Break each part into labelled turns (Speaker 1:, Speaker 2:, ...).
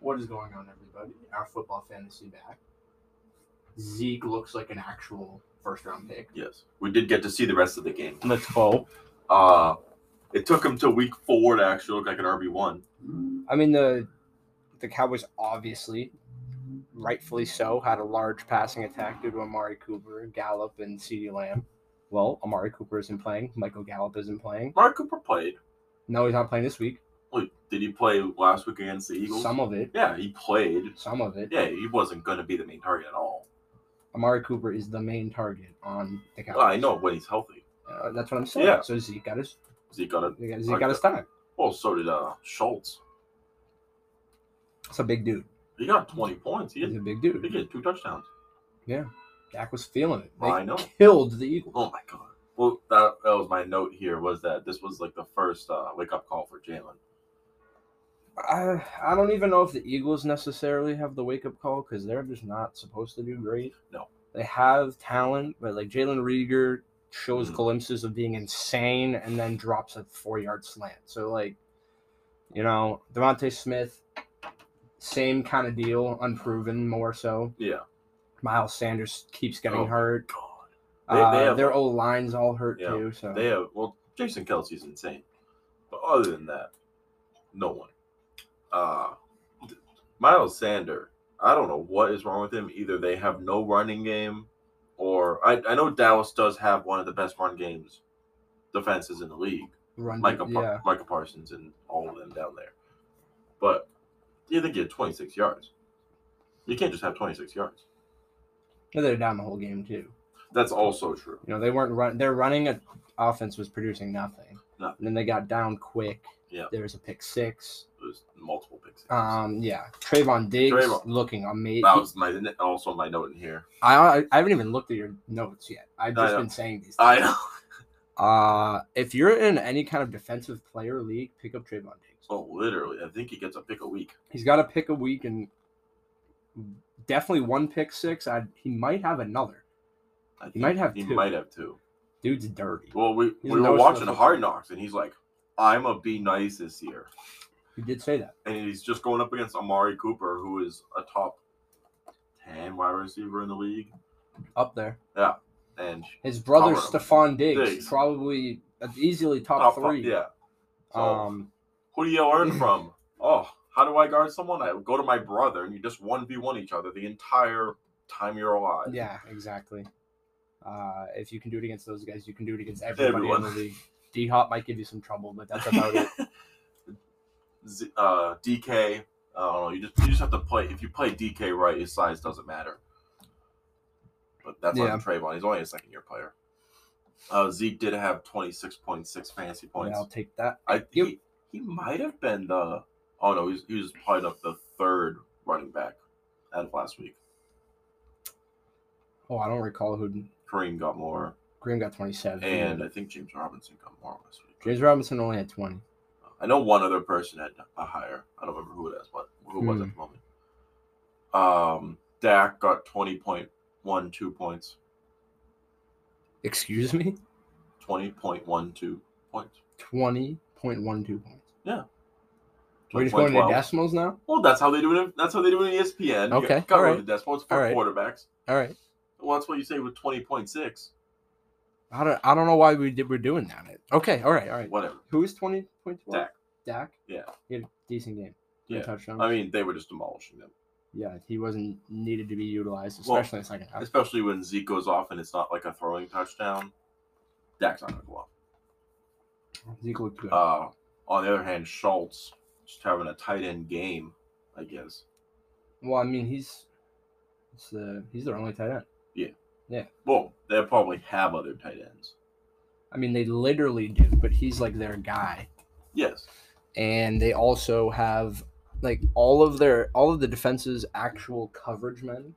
Speaker 1: What is going on, everybody? Our football fantasy back. Zeke looks like an actual first round pick.
Speaker 2: Yes, we did get to see the rest of the game.
Speaker 3: Let's go.
Speaker 2: Uh, it took him till week four to actually look like an RB one.
Speaker 4: I mean the the Cowboys obviously, rightfully so, had a large passing attack due to Amari Cooper, Gallup, and CeeDee Lamb. Well, Amari Cooper isn't playing. Michael Gallup isn't playing.
Speaker 2: Mark Cooper played.
Speaker 4: No, he's not playing this week.
Speaker 2: Wait, did he play last week against the Eagles?
Speaker 4: Some of it.
Speaker 2: Yeah, he played.
Speaker 4: Some of it.
Speaker 2: Yeah, he wasn't going to be the main target at all.
Speaker 4: Amari Cooper is the main target on the Cowboys.
Speaker 2: Well, I know when he's healthy.
Speaker 4: Uh, that's what I'm saying.
Speaker 2: Yeah.
Speaker 4: So Zeke got his
Speaker 2: Zeke got it.
Speaker 4: Zeke got- Zeke
Speaker 2: Like
Speaker 4: got his time.
Speaker 2: Well, so did uh, Schultz.
Speaker 4: It's a big dude.
Speaker 2: He got 20 points. He
Speaker 4: He's
Speaker 2: had,
Speaker 4: a big
Speaker 2: he
Speaker 4: dude.
Speaker 2: had two touchdowns.
Speaker 4: Dak was feeling it. They
Speaker 2: I know.
Speaker 4: killed the Eagles.
Speaker 2: Oh my god. Well, that, that was my note here was that this was like the first uh, wake up call for Jalen.
Speaker 4: I, I don't even know if the Eagles necessarily have the wake up call because they're just not supposed to do great.
Speaker 2: No.
Speaker 4: They have talent, but like Jalen Rieger shows
Speaker 2: Mhm.
Speaker 4: glimpses of being insane and then drops a four yard slant. So, like, you know, Devontae Smith, same kind of deal, unproven more so.
Speaker 2: Yeah.
Speaker 4: Miles Sanders keeps getting
Speaker 2: Oh,
Speaker 4: hurt.
Speaker 2: God. They-
Speaker 4: They,
Speaker 2: they
Speaker 4: uh,
Speaker 2: have-
Speaker 4: their old line's all hurt
Speaker 2: Yeah,
Speaker 4: too. So
Speaker 2: They have, well, Jason Kelsey's insane. But other than that, no one. Uh, Miles Sander, I don't know what is wrong with him. Either they have no running game, or I, I know Dallas does have one of the best run games defenses in the league.
Speaker 4: run.
Speaker 2: Micah, Par-
Speaker 4: Mm-hmm. yeah.
Speaker 2: Micah Parsons and all of them down there. But you think you had 26 yards. You can't just have 26 yards.
Speaker 4: They're down the whole game too.
Speaker 2: That's also true.
Speaker 4: You know, they weren't run. Their running a- offense was producing nothing.
Speaker 2: Nothing.
Speaker 4: And then they got down quick.
Speaker 2: Yeah.
Speaker 4: There was a pick six.
Speaker 2: There's multiple picks.
Speaker 4: Um, yeah. Trayvon Diggs
Speaker 2: Trayvon.
Speaker 4: looking amazing.
Speaker 2: that was my also my note in here.
Speaker 4: I I haven't even looked at your notes yet. I've
Speaker 2: I
Speaker 4: just
Speaker 2: know.
Speaker 4: been saying these. Things.
Speaker 2: I know.
Speaker 4: Uh, if you're in any kind of defensive player league, pick up Trayvon Diggs.
Speaker 2: Oh, literally. I think he gets a pick a week.
Speaker 4: He's got a pick a week and definitely one pick six. I he might have another.
Speaker 2: I think
Speaker 4: might have
Speaker 2: He
Speaker 4: two.
Speaker 2: might have two.
Speaker 4: Dude's dirty.
Speaker 2: Well, we,
Speaker 4: He's
Speaker 2: we
Speaker 4: no
Speaker 2: were watching
Speaker 4: slouch.
Speaker 2: Hard Knocks, and he's like, "I'm a be nice this year,"
Speaker 4: He did say that.
Speaker 2: and he's just going up against Amari Cooper, who is a top ten wide receiver in the league,
Speaker 4: Up there.
Speaker 2: and
Speaker 4: His brother
Speaker 2: Colorado.
Speaker 4: Stephon Diggs,
Speaker 2: Diggs.
Speaker 4: probably easily top,
Speaker 2: five-
Speaker 4: three.
Speaker 2: Yeah. So,
Speaker 4: Um,
Speaker 2: who do you learn from? Oh, how do I guard someone? I go to my brother, and you just one v one each other the entire time you're alive.
Speaker 4: yeah, exactly. Uh, if you can do it against those guys, you can do it against everybody in
Speaker 2: Everyone.
Speaker 4: the league. D Hop might give you some trouble, but that's about it.
Speaker 2: Z- uh, DK. I don't know. You just you just have to play. If you play DK right, his size doesn't matter. But that's
Speaker 4: Yeah.
Speaker 2: on Trayvon. He's only a second year player. Uh, Zeke did have twenty six point six fantasy
Speaker 4: Yeah,
Speaker 2: points.
Speaker 4: I'll take that.
Speaker 2: I
Speaker 4: you-
Speaker 2: he, he might have been the oh no he was, he was probably the, the third running back out of last week.
Speaker 4: Oh, I don't recall who
Speaker 2: Kareem got more,
Speaker 4: Graham got twenty seven.
Speaker 2: and I think James Robinson got more last week.
Speaker 4: James Robinson only had twenty.
Speaker 2: I know one other person had a higher. I don't remember who it is, but who it was at the moment. Um, Dak got twenty point one two points,
Speaker 4: Excuse me,
Speaker 2: twenty point one two points.
Speaker 4: twenty point one two points.
Speaker 2: Yeah.
Speaker 4: We're just going to
Speaker 2: 20.12.
Speaker 4: decimals now.
Speaker 2: Well, that's how they do it. That's how they do it in E ESPN. You
Speaker 4: Okay,
Speaker 2: got- got
Speaker 4: all
Speaker 2: rid
Speaker 4: right.
Speaker 2: of the decimals for
Speaker 4: All right.
Speaker 2: quarterbacks.
Speaker 4: All right.
Speaker 2: Well, that's what you say with twenty point six.
Speaker 4: I don't. I don't know why we did. We're doing that. Okay. All right. All right.
Speaker 2: Whatever.
Speaker 4: Who is twenty point twelve?
Speaker 2: Dak.
Speaker 4: Dak.
Speaker 2: Yeah.
Speaker 4: He had a decent game. Two
Speaker 2: Yeah.
Speaker 4: Touchdowns.
Speaker 2: I mean, they were just demolishing them,
Speaker 4: yeah, he wasn't needed to be utilized,
Speaker 2: Well,
Speaker 4: especially in the second half.
Speaker 2: especially when Zeke goes off and it's not like a throwing touchdown. Dak's not gonna go off.
Speaker 4: Zeke looked good.
Speaker 2: Uh, on the other hand, Schultz just having a tight end game, I guess.
Speaker 4: well, I mean, he's it's the he's their only tight end.
Speaker 2: Well, they probably have other tight ends.
Speaker 4: I mean, they literally do, but he's like their guy.
Speaker 2: Yes.
Speaker 4: And they also have like all of their all of the defense's actual coverage men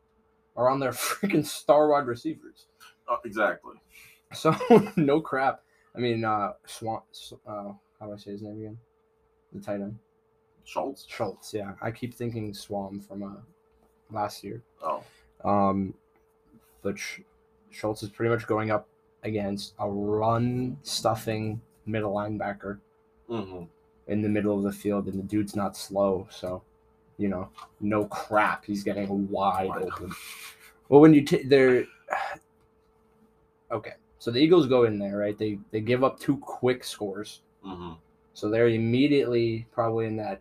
Speaker 4: are on their freaking star wide receivers.
Speaker 2: Uh, exactly.
Speaker 4: So no crap. I mean, uh, Swan. Uh, how do I say his name again? The tight end
Speaker 2: Schultz.
Speaker 4: Schultz. Yeah, I keep thinking Swam from uh, last year.
Speaker 2: Oh,
Speaker 4: Um, but Sch- Schultz is pretty much going up against a run stuffing middle linebacker
Speaker 2: mhm.
Speaker 4: in the middle of the field, and the dude's not slow. So You know, no crap. He's getting wide
Speaker 2: Wide
Speaker 4: open. Well, when you t- they're okay. So the Eagles go in there, right? They they give up two quick scores,
Speaker 2: hmm
Speaker 4: so they're immediately probably in that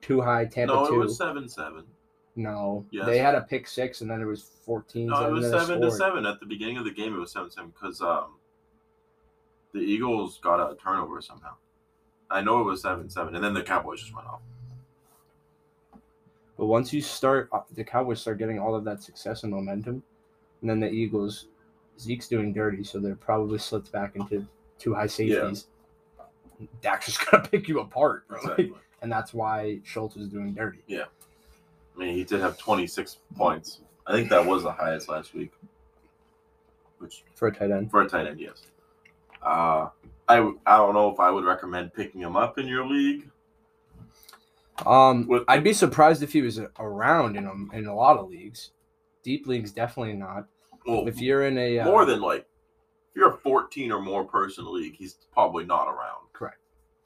Speaker 4: too high Tampa
Speaker 2: No,
Speaker 4: two.
Speaker 2: it was seven seven.
Speaker 4: No,
Speaker 2: Yes.
Speaker 4: they had a pick six, and then it was fourteen.
Speaker 2: No, it
Speaker 4: and
Speaker 2: was
Speaker 4: then they
Speaker 2: seven to
Speaker 4: scored.
Speaker 2: seven at the beginning of the game. It was seven seven because um, the Eagles got a turnover somehow. I know it was seven seven, and then the Cowboys just went off.
Speaker 4: But once you start, uh, the Cowboys start getting all of that success and momentum, and then the Eagles, Zeke's doing dirty, so they're probably slipped back into two high safeties. Dak's just gonna pick you apart, bro.
Speaker 2: Exactly.
Speaker 4: and that's why Schultz is doing dirty.
Speaker 2: I mean, he did have twenty six points. I think that was the highest last week, which
Speaker 4: for a tight end.
Speaker 2: for a tight end, yes. Uh, I w- I don't know if I would recommend picking him up in your league.
Speaker 4: Um,
Speaker 2: With-
Speaker 4: I'd be surprised if he was around in a, in a lot of leagues. Deep leagues, definitely not.
Speaker 2: Well,
Speaker 4: If you're in a uh,
Speaker 2: more than like if you're a 14 or more person league he's probably not around
Speaker 4: Correct.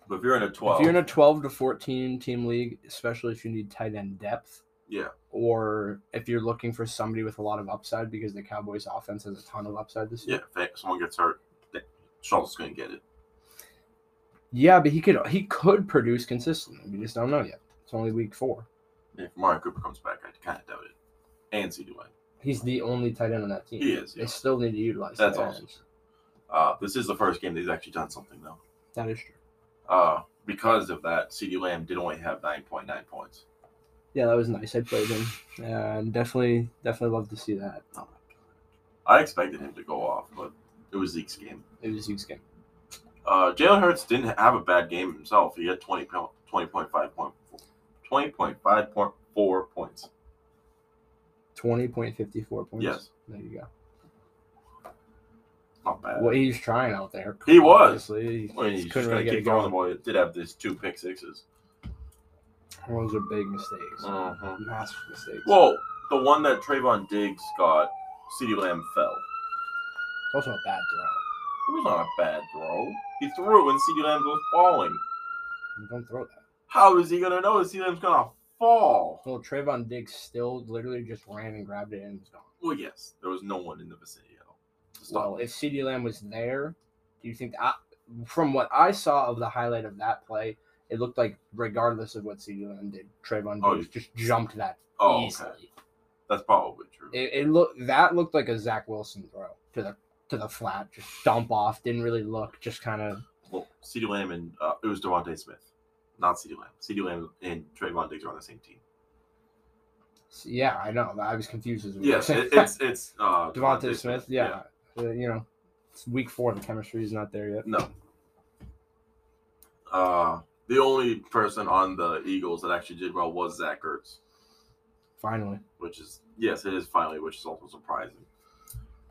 Speaker 2: but if you're in a
Speaker 4: if
Speaker 2: 12
Speaker 4: you're in a 12 to 14 team league, especially if you need tight end depth,
Speaker 2: yeah
Speaker 4: or if you're looking for somebody with a lot of upside because the Cowboys' offense has a ton of upside this
Speaker 2: yeah
Speaker 4: year.
Speaker 2: if that- someone gets hurt that- Schultz is gonna get it
Speaker 4: Yeah, but he could he could produce consistently. We just don't know yet. It's only week four.
Speaker 2: if Mario Cooper comes back I kind of doubt it and CD Lamb
Speaker 4: He's the only tight end on that team.
Speaker 2: he is yeah.
Speaker 4: They still need to utilize.
Speaker 2: That's
Speaker 4: tight
Speaker 2: awesome.
Speaker 4: ends.
Speaker 2: uh, this is the first game that he's actually done something though
Speaker 4: That is true.
Speaker 2: uh, because of that CD Lamb did only have 9.9 points
Speaker 4: Yeah, that was nice. I played him, and definitely definitely love to see that.
Speaker 2: oh my god I expected him to go off but it was Zeke's game
Speaker 4: It was Zeke's game.
Speaker 2: Uh, Jalen Hurts didn't have a bad game himself. He had 20, po- 20.5 point, 20.5.4 points.
Speaker 4: Twenty point fifty four points.
Speaker 2: Yes.
Speaker 4: There you go.
Speaker 2: Not bad.
Speaker 4: Well, he's trying out there.
Speaker 2: He was.
Speaker 4: Obviously,
Speaker 2: I mean,
Speaker 4: he couldn't
Speaker 2: he's just
Speaker 4: really
Speaker 2: going to
Speaker 4: get it
Speaker 2: keep throwing the
Speaker 4: going.
Speaker 2: ball. He did have these two pick sixes.
Speaker 4: Those are big mistakes.
Speaker 2: Uh-huh.
Speaker 4: Massive mistakes.
Speaker 2: Well, the one that Trayvon Diggs got, CeeDee Lamb fell.
Speaker 4: It's also a bad throw.
Speaker 2: It was not a bad throw. He threw and CeeDee Lamb goes falling.
Speaker 4: You don't throw that.
Speaker 2: How is he going to know that CeeDee Lamb's going to fall?
Speaker 4: Well, Trayvon Diggs still literally just ran and grabbed it and was gone.
Speaker 2: Well, yes, there was no one in the vicinity at all. to stop
Speaker 4: Well, if CD Lamb was there, do you think I, from what I saw of the highlight of that play, it looked like regardless of what CD Lamb did, Trayvon
Speaker 2: Oh,
Speaker 4: Diggs just jumped that
Speaker 2: Oh, okay.
Speaker 4: easily.
Speaker 2: That's probably true.
Speaker 4: It, it looked that looked like a Zach Wilson throw to the to the flat, just dump off. Didn't really look, just kind of
Speaker 2: Well, CeeDee Lamb and uh, it was Devontae Smith, not CeeDee Lamb. CeeDee Lamb and Trayvon Diggs are on the same team.
Speaker 4: yeah. I know. I was confused as well.
Speaker 2: Yes, it, it's it's uh,
Speaker 4: Devontae Smith. Yeah, Uh, you know, it's week four. The chemistry is not there yet.
Speaker 2: No. Uh, the only person on the Eagles that actually did well was Zach Ertz,
Speaker 4: Finally,
Speaker 2: which is yes, it is finally, which is also surprising.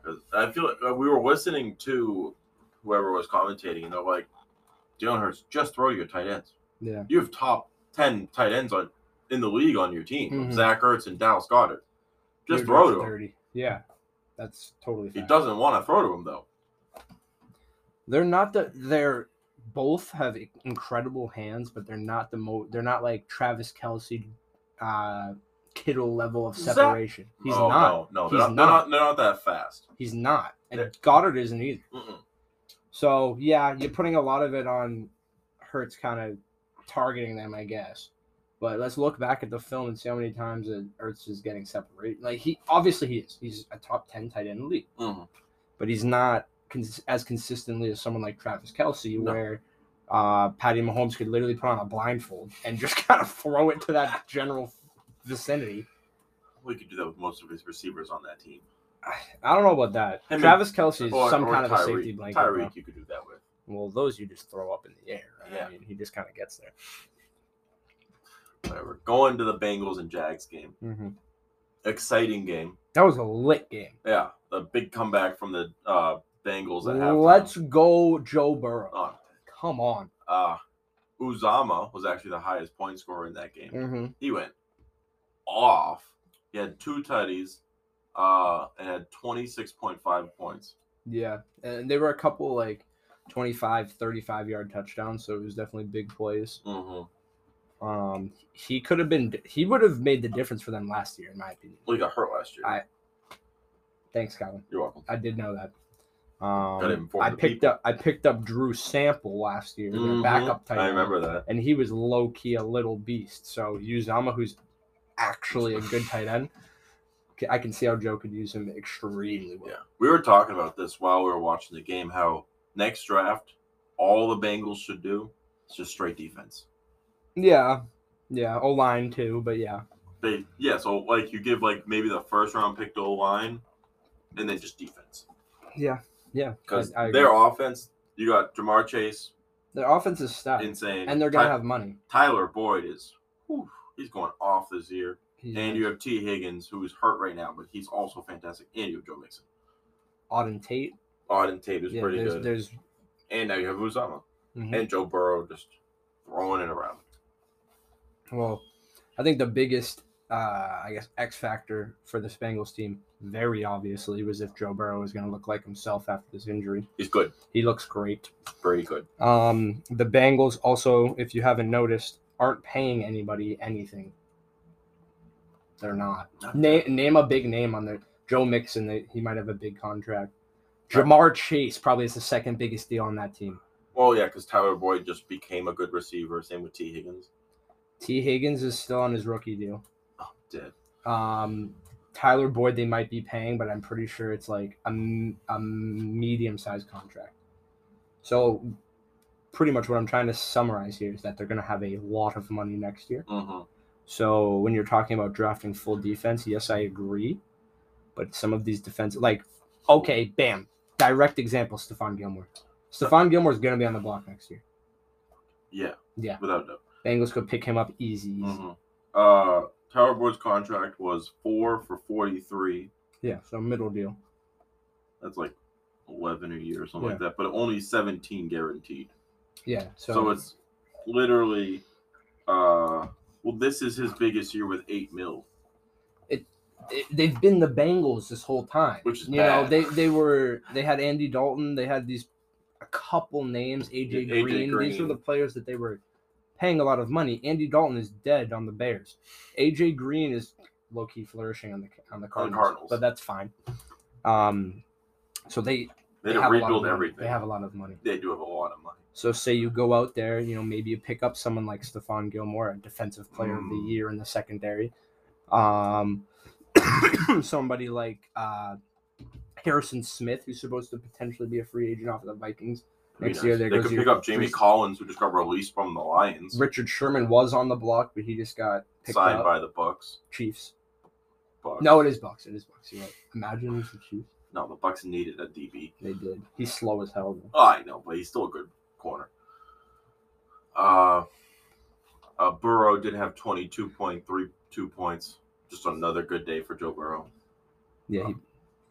Speaker 2: 'Cause I feel like uh, we were listening to whoever was commentating, and they're like, "Jalen Hurts, just throw your tight ends.
Speaker 4: yeah.
Speaker 2: you have top ten tight ends on in the league on your team.
Speaker 4: Mhm.
Speaker 2: Zach Ertz and Dallas Goddard. Just
Speaker 4: You're
Speaker 2: throw to him.
Speaker 4: thirty. Yeah, that's totally.
Speaker 2: He
Speaker 4: fact.
Speaker 2: doesn't want to throw to him though.
Speaker 4: They're not the. They're both have i- incredible hands, but they're not the mo. They're not like Travis Kelsey, uh, Kittle level of
Speaker 2: Zach-
Speaker 4: separation. He's
Speaker 2: Oh,
Speaker 4: not.
Speaker 2: No, no,
Speaker 4: He's
Speaker 2: they're not, they're not. They're not that fast.
Speaker 4: He's not. And
Speaker 2: They're-
Speaker 4: Goddard isn't either.
Speaker 2: Mm-mm.
Speaker 4: So yeah, you're putting a lot of it on Hertz kind of targeting them, I guess. But let's look back at the film and see how many times that Ertz is getting separated. Like he obviously he is. He's a top ten tight end in the league,
Speaker 2: Mm-mm.
Speaker 4: but he's not cons- as consistently as someone like Travis Kelsey,
Speaker 2: No.
Speaker 4: where uh, Patty Mahomes could literally put on a blindfold and just kind of throw it to that general vicinity.
Speaker 2: We could do that with most of his receivers on that team.
Speaker 4: I, I don't know about that.
Speaker 2: Him and-
Speaker 4: Travis Kelsey is
Speaker 2: Or-
Speaker 4: some
Speaker 2: or
Speaker 4: kind of a
Speaker 2: Tyreek.
Speaker 4: safety blanket. bro.
Speaker 2: Tyreek, you could do that with.
Speaker 4: Well, those you just throw up in the air. right?
Speaker 2: Yeah.
Speaker 4: I mean, he just kind of gets there.
Speaker 2: Whatever. Going to the Bengals and Jags game. Exciting game.
Speaker 4: That was a lit game.
Speaker 2: Yeah, the big comeback from the uh, Bengals at halftime.
Speaker 4: Let's go, Joe Burrow.
Speaker 2: Oh.
Speaker 4: Come on.
Speaker 2: Uh, Uzama was actually the highest point scorer in that game. he went off. He had two tutties, uh, and had twenty six point five points.
Speaker 4: Yeah. And there were a couple like 25, 35 yard touchdowns. So it was definitely big plays.
Speaker 2: Mm-hmm.
Speaker 4: Um, he could have been. He would have made the difference for them last year, in my opinion.
Speaker 2: Well, he got hurt last year.
Speaker 4: I- Thanks, Colin.
Speaker 2: You're welcome.
Speaker 4: I did know that.
Speaker 2: Gotta
Speaker 4: Um,
Speaker 2: inform
Speaker 4: I
Speaker 2: the
Speaker 4: picked
Speaker 2: people.
Speaker 4: up. I picked up Drew Sample last year, their
Speaker 2: Mhm.
Speaker 4: backup tight
Speaker 2: I
Speaker 4: end,
Speaker 2: remember that.
Speaker 4: and he was low key a little beast. So Uzama, who's actually a good tight end, c- I can see how Joe could use him extremely well.
Speaker 2: Yeah. We were talking about this while we were watching the game how next draft, all the Bengals should do is just straight defense.
Speaker 4: Yeah, yeah. O line too, but yeah.
Speaker 2: They yeah, so like you give like maybe the first round pick to O line and then just defense.
Speaker 4: Yeah, yeah.
Speaker 2: Because
Speaker 4: I- I agree.
Speaker 2: their offense, you got Jamar Chase,
Speaker 4: their offense is stacked,
Speaker 2: insane.
Speaker 4: and they're gonna
Speaker 2: Ty-
Speaker 4: have money.
Speaker 2: Tyler Boyd is whew, he's going off this year.
Speaker 4: He's
Speaker 2: And you have T. Higgins, who is hurt right now, but he's also fantastic. And you have Joe Mixon.
Speaker 4: Auden Tate.
Speaker 2: Auden Tate is
Speaker 4: yeah,
Speaker 2: pretty
Speaker 4: there's,
Speaker 2: good.
Speaker 4: there's
Speaker 2: And now you have Uzama
Speaker 4: mhm.
Speaker 2: and Joe Burrow just throwing it around.
Speaker 4: Well, I think the biggest, uh, I guess, X factor for this Bengals team, very obviously, was if Joe Burrow is going to look like himself after this injury.
Speaker 2: He's good.
Speaker 4: He looks great.
Speaker 2: Very good.
Speaker 4: Um, the Bengals also, if you haven't noticed, aren't paying anybody anything. They're not. Name, name a big name on there. Joe Mixon, they, he might have a big contract. Jamar Chase probably is the second biggest deal on that team.
Speaker 2: Well, yeah, because Tyler Boyd just became a good receiver. Same with T. Higgins.
Speaker 4: T. Higgins is still on his rookie deal.
Speaker 2: Oh, dead.
Speaker 4: Um, Tyler Boyd, they might be paying, but I'm pretty sure it's like a, m- a medium sized contract. So, pretty much what I'm trying to summarize here is that they're going to have a lot of money next year.
Speaker 2: Mm-hmm.
Speaker 4: So, when you're talking about drafting full defense, yes, I agree. But some of these defense, like, okay, bam, direct example, Stephon Gilmore. Stephon Gilmore's going to be on the block next year.
Speaker 2: Yeah.
Speaker 4: Yeah.
Speaker 2: Without a doubt.
Speaker 4: Bengals could pick him up easy. easy.
Speaker 2: Mhm. Uh, Tyler Boyd's contract was four for forty-three.
Speaker 4: Yeah, so middle deal.
Speaker 2: That's like eleven a year or something
Speaker 4: Yeah.
Speaker 2: like that. But only seventeen guaranteed.
Speaker 4: Yeah, so,
Speaker 2: So, it's literally, uh, well, this is his biggest year with eight mil.
Speaker 4: they- they've been the Bengals this whole time.
Speaker 2: Which is
Speaker 4: you know
Speaker 2: bad.
Speaker 4: they they were they had Andy Dalton, they had these a couple names, AJ,
Speaker 2: Yeah, AJ
Speaker 4: Green. These were
Speaker 2: Green.
Speaker 4: the players that they were paying a lot of money. Andy Dalton is dead on the Bears. AJ Green is low key flourishing on the on the Cardinals,
Speaker 2: Cardinals.
Speaker 4: but that's fine. Um, so they
Speaker 2: They, had
Speaker 4: have a lot of
Speaker 2: to rebuild
Speaker 4: money.
Speaker 2: everything.
Speaker 4: They have a lot of money.
Speaker 2: They do have a lot of money.
Speaker 4: So say you go out there, you know, maybe you pick up someone like Stephon Gilmore, a defensive player of
Speaker 2: Mm.
Speaker 4: the year in the secondary. Um somebody like uh Harrison Smith, who's supposed to potentially be a free agent off of the Vikings.
Speaker 2: Pretty
Speaker 4: Next year, there
Speaker 2: they
Speaker 4: goes
Speaker 2: could
Speaker 4: your
Speaker 2: pick up Jamie
Speaker 4: free-
Speaker 2: Collins, who just got released from the Lions,
Speaker 4: Richard Sherman was on the block, but he just got picked
Speaker 2: signed
Speaker 4: up.
Speaker 2: by the Bucks.
Speaker 4: Chiefs.
Speaker 2: Bucks.
Speaker 4: No, it is Bucks. It is Bucks. You're right. Imagine it was the Chiefs.
Speaker 2: no, the Bucks needed a DB.
Speaker 4: They did. He's slow as hell. though.
Speaker 2: Oh, I know, but he's still a good corner. Uh, uh Burrow did have 22.32 points. Just another good day for Joe Burrow.
Speaker 4: Yeah, he,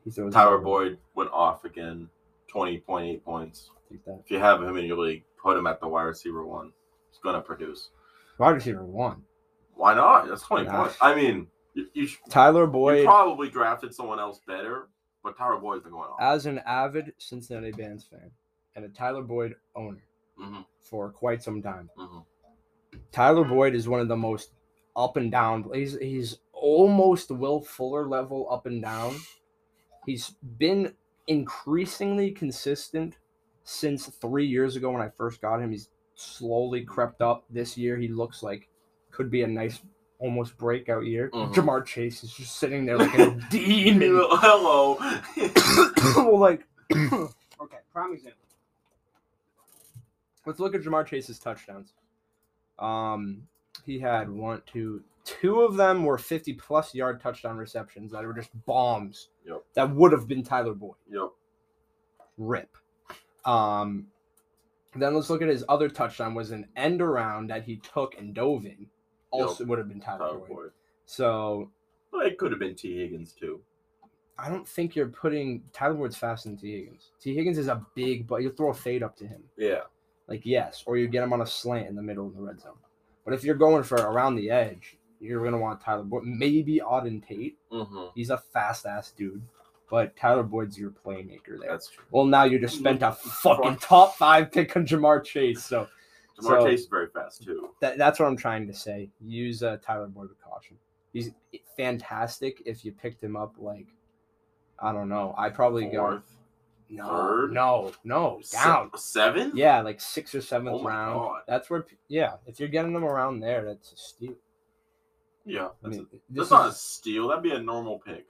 Speaker 4: he throws.
Speaker 2: Tyler Boyd went off again, 20.8 points.
Speaker 4: Take that.
Speaker 2: If you have him in your league, put him at the wide receiver one. He's going to produce.
Speaker 4: Wide receiver one.
Speaker 2: Why not? That's 20
Speaker 4: Yeah.
Speaker 2: points. I mean, you, you, sh-
Speaker 4: Tyler
Speaker 2: you
Speaker 4: Boyd.
Speaker 2: probably drafted someone else better, but Tyler Boyd's been going off.
Speaker 4: as an avid Cincinnati Bands fan and a Tyler Boyd owner
Speaker 2: Mhm,
Speaker 4: for quite some time,
Speaker 2: mhm.
Speaker 4: Tyler Boyd is one of the most up and down. He's he's almost Will Fuller level up and down. He's been increasingly consistent since three years ago when I first got him. He's slowly crept up. This year he looks like could be a nice almost breakout year.
Speaker 2: Mhm.
Speaker 4: Jamar Chase is just sitting there like a demon.
Speaker 2: Hello.
Speaker 4: well, like, okay, prime example. Let's look at Jamar Chase's touchdowns. Um, he had one, two, two of them were fifty-plus yard touchdown receptions that were just bombs.
Speaker 2: Yep.
Speaker 4: That would have been Tyler Boyd.
Speaker 2: Yo,
Speaker 4: Rip. Um, then let's look at his other touchdown was an end around that he took and dove in. Also would have been Tyler,
Speaker 2: Tyler
Speaker 4: Boyd.
Speaker 2: Boyd.
Speaker 4: So
Speaker 2: Well, it could have been T. Higgins too.
Speaker 4: I don't think you're putting Tyler Boyd's faster than T. Higgins. T. Higgins is a big, but you'll throw a fade up to him.
Speaker 2: Yeah.
Speaker 4: Like yes, or you get him on a slant in the middle of the red zone. But if you're going for around the edge, you're gonna want Tyler Boyd, maybe Auden Tate.
Speaker 2: Mm-hmm.
Speaker 4: He's a fast ass dude, but Tyler Boyd's your playmaker there.
Speaker 2: That's true.
Speaker 4: Well, now you just spent a fucking top five pick on Jamar Chase, so
Speaker 2: Jamar
Speaker 4: So-
Speaker 2: Chase is very fast too.
Speaker 4: That, that's what I'm trying to say. Use uh, Tyler Boyd with caution. He's fantastic if you picked him up like I don't know. I probably go
Speaker 2: Fourth,
Speaker 4: no,
Speaker 2: third?
Speaker 4: no, no, down.
Speaker 2: se- seven.
Speaker 4: Yeah, like sixth or seventh
Speaker 2: Oh my
Speaker 4: round.
Speaker 2: God.
Speaker 4: That's where. p- Yeah, if you're getting them around there, that's a steal.
Speaker 2: yeah.
Speaker 4: I
Speaker 2: That's,
Speaker 4: mean,
Speaker 2: a,
Speaker 4: this
Speaker 2: that's not a
Speaker 4: is-
Speaker 2: steal. That'd be a normal pick.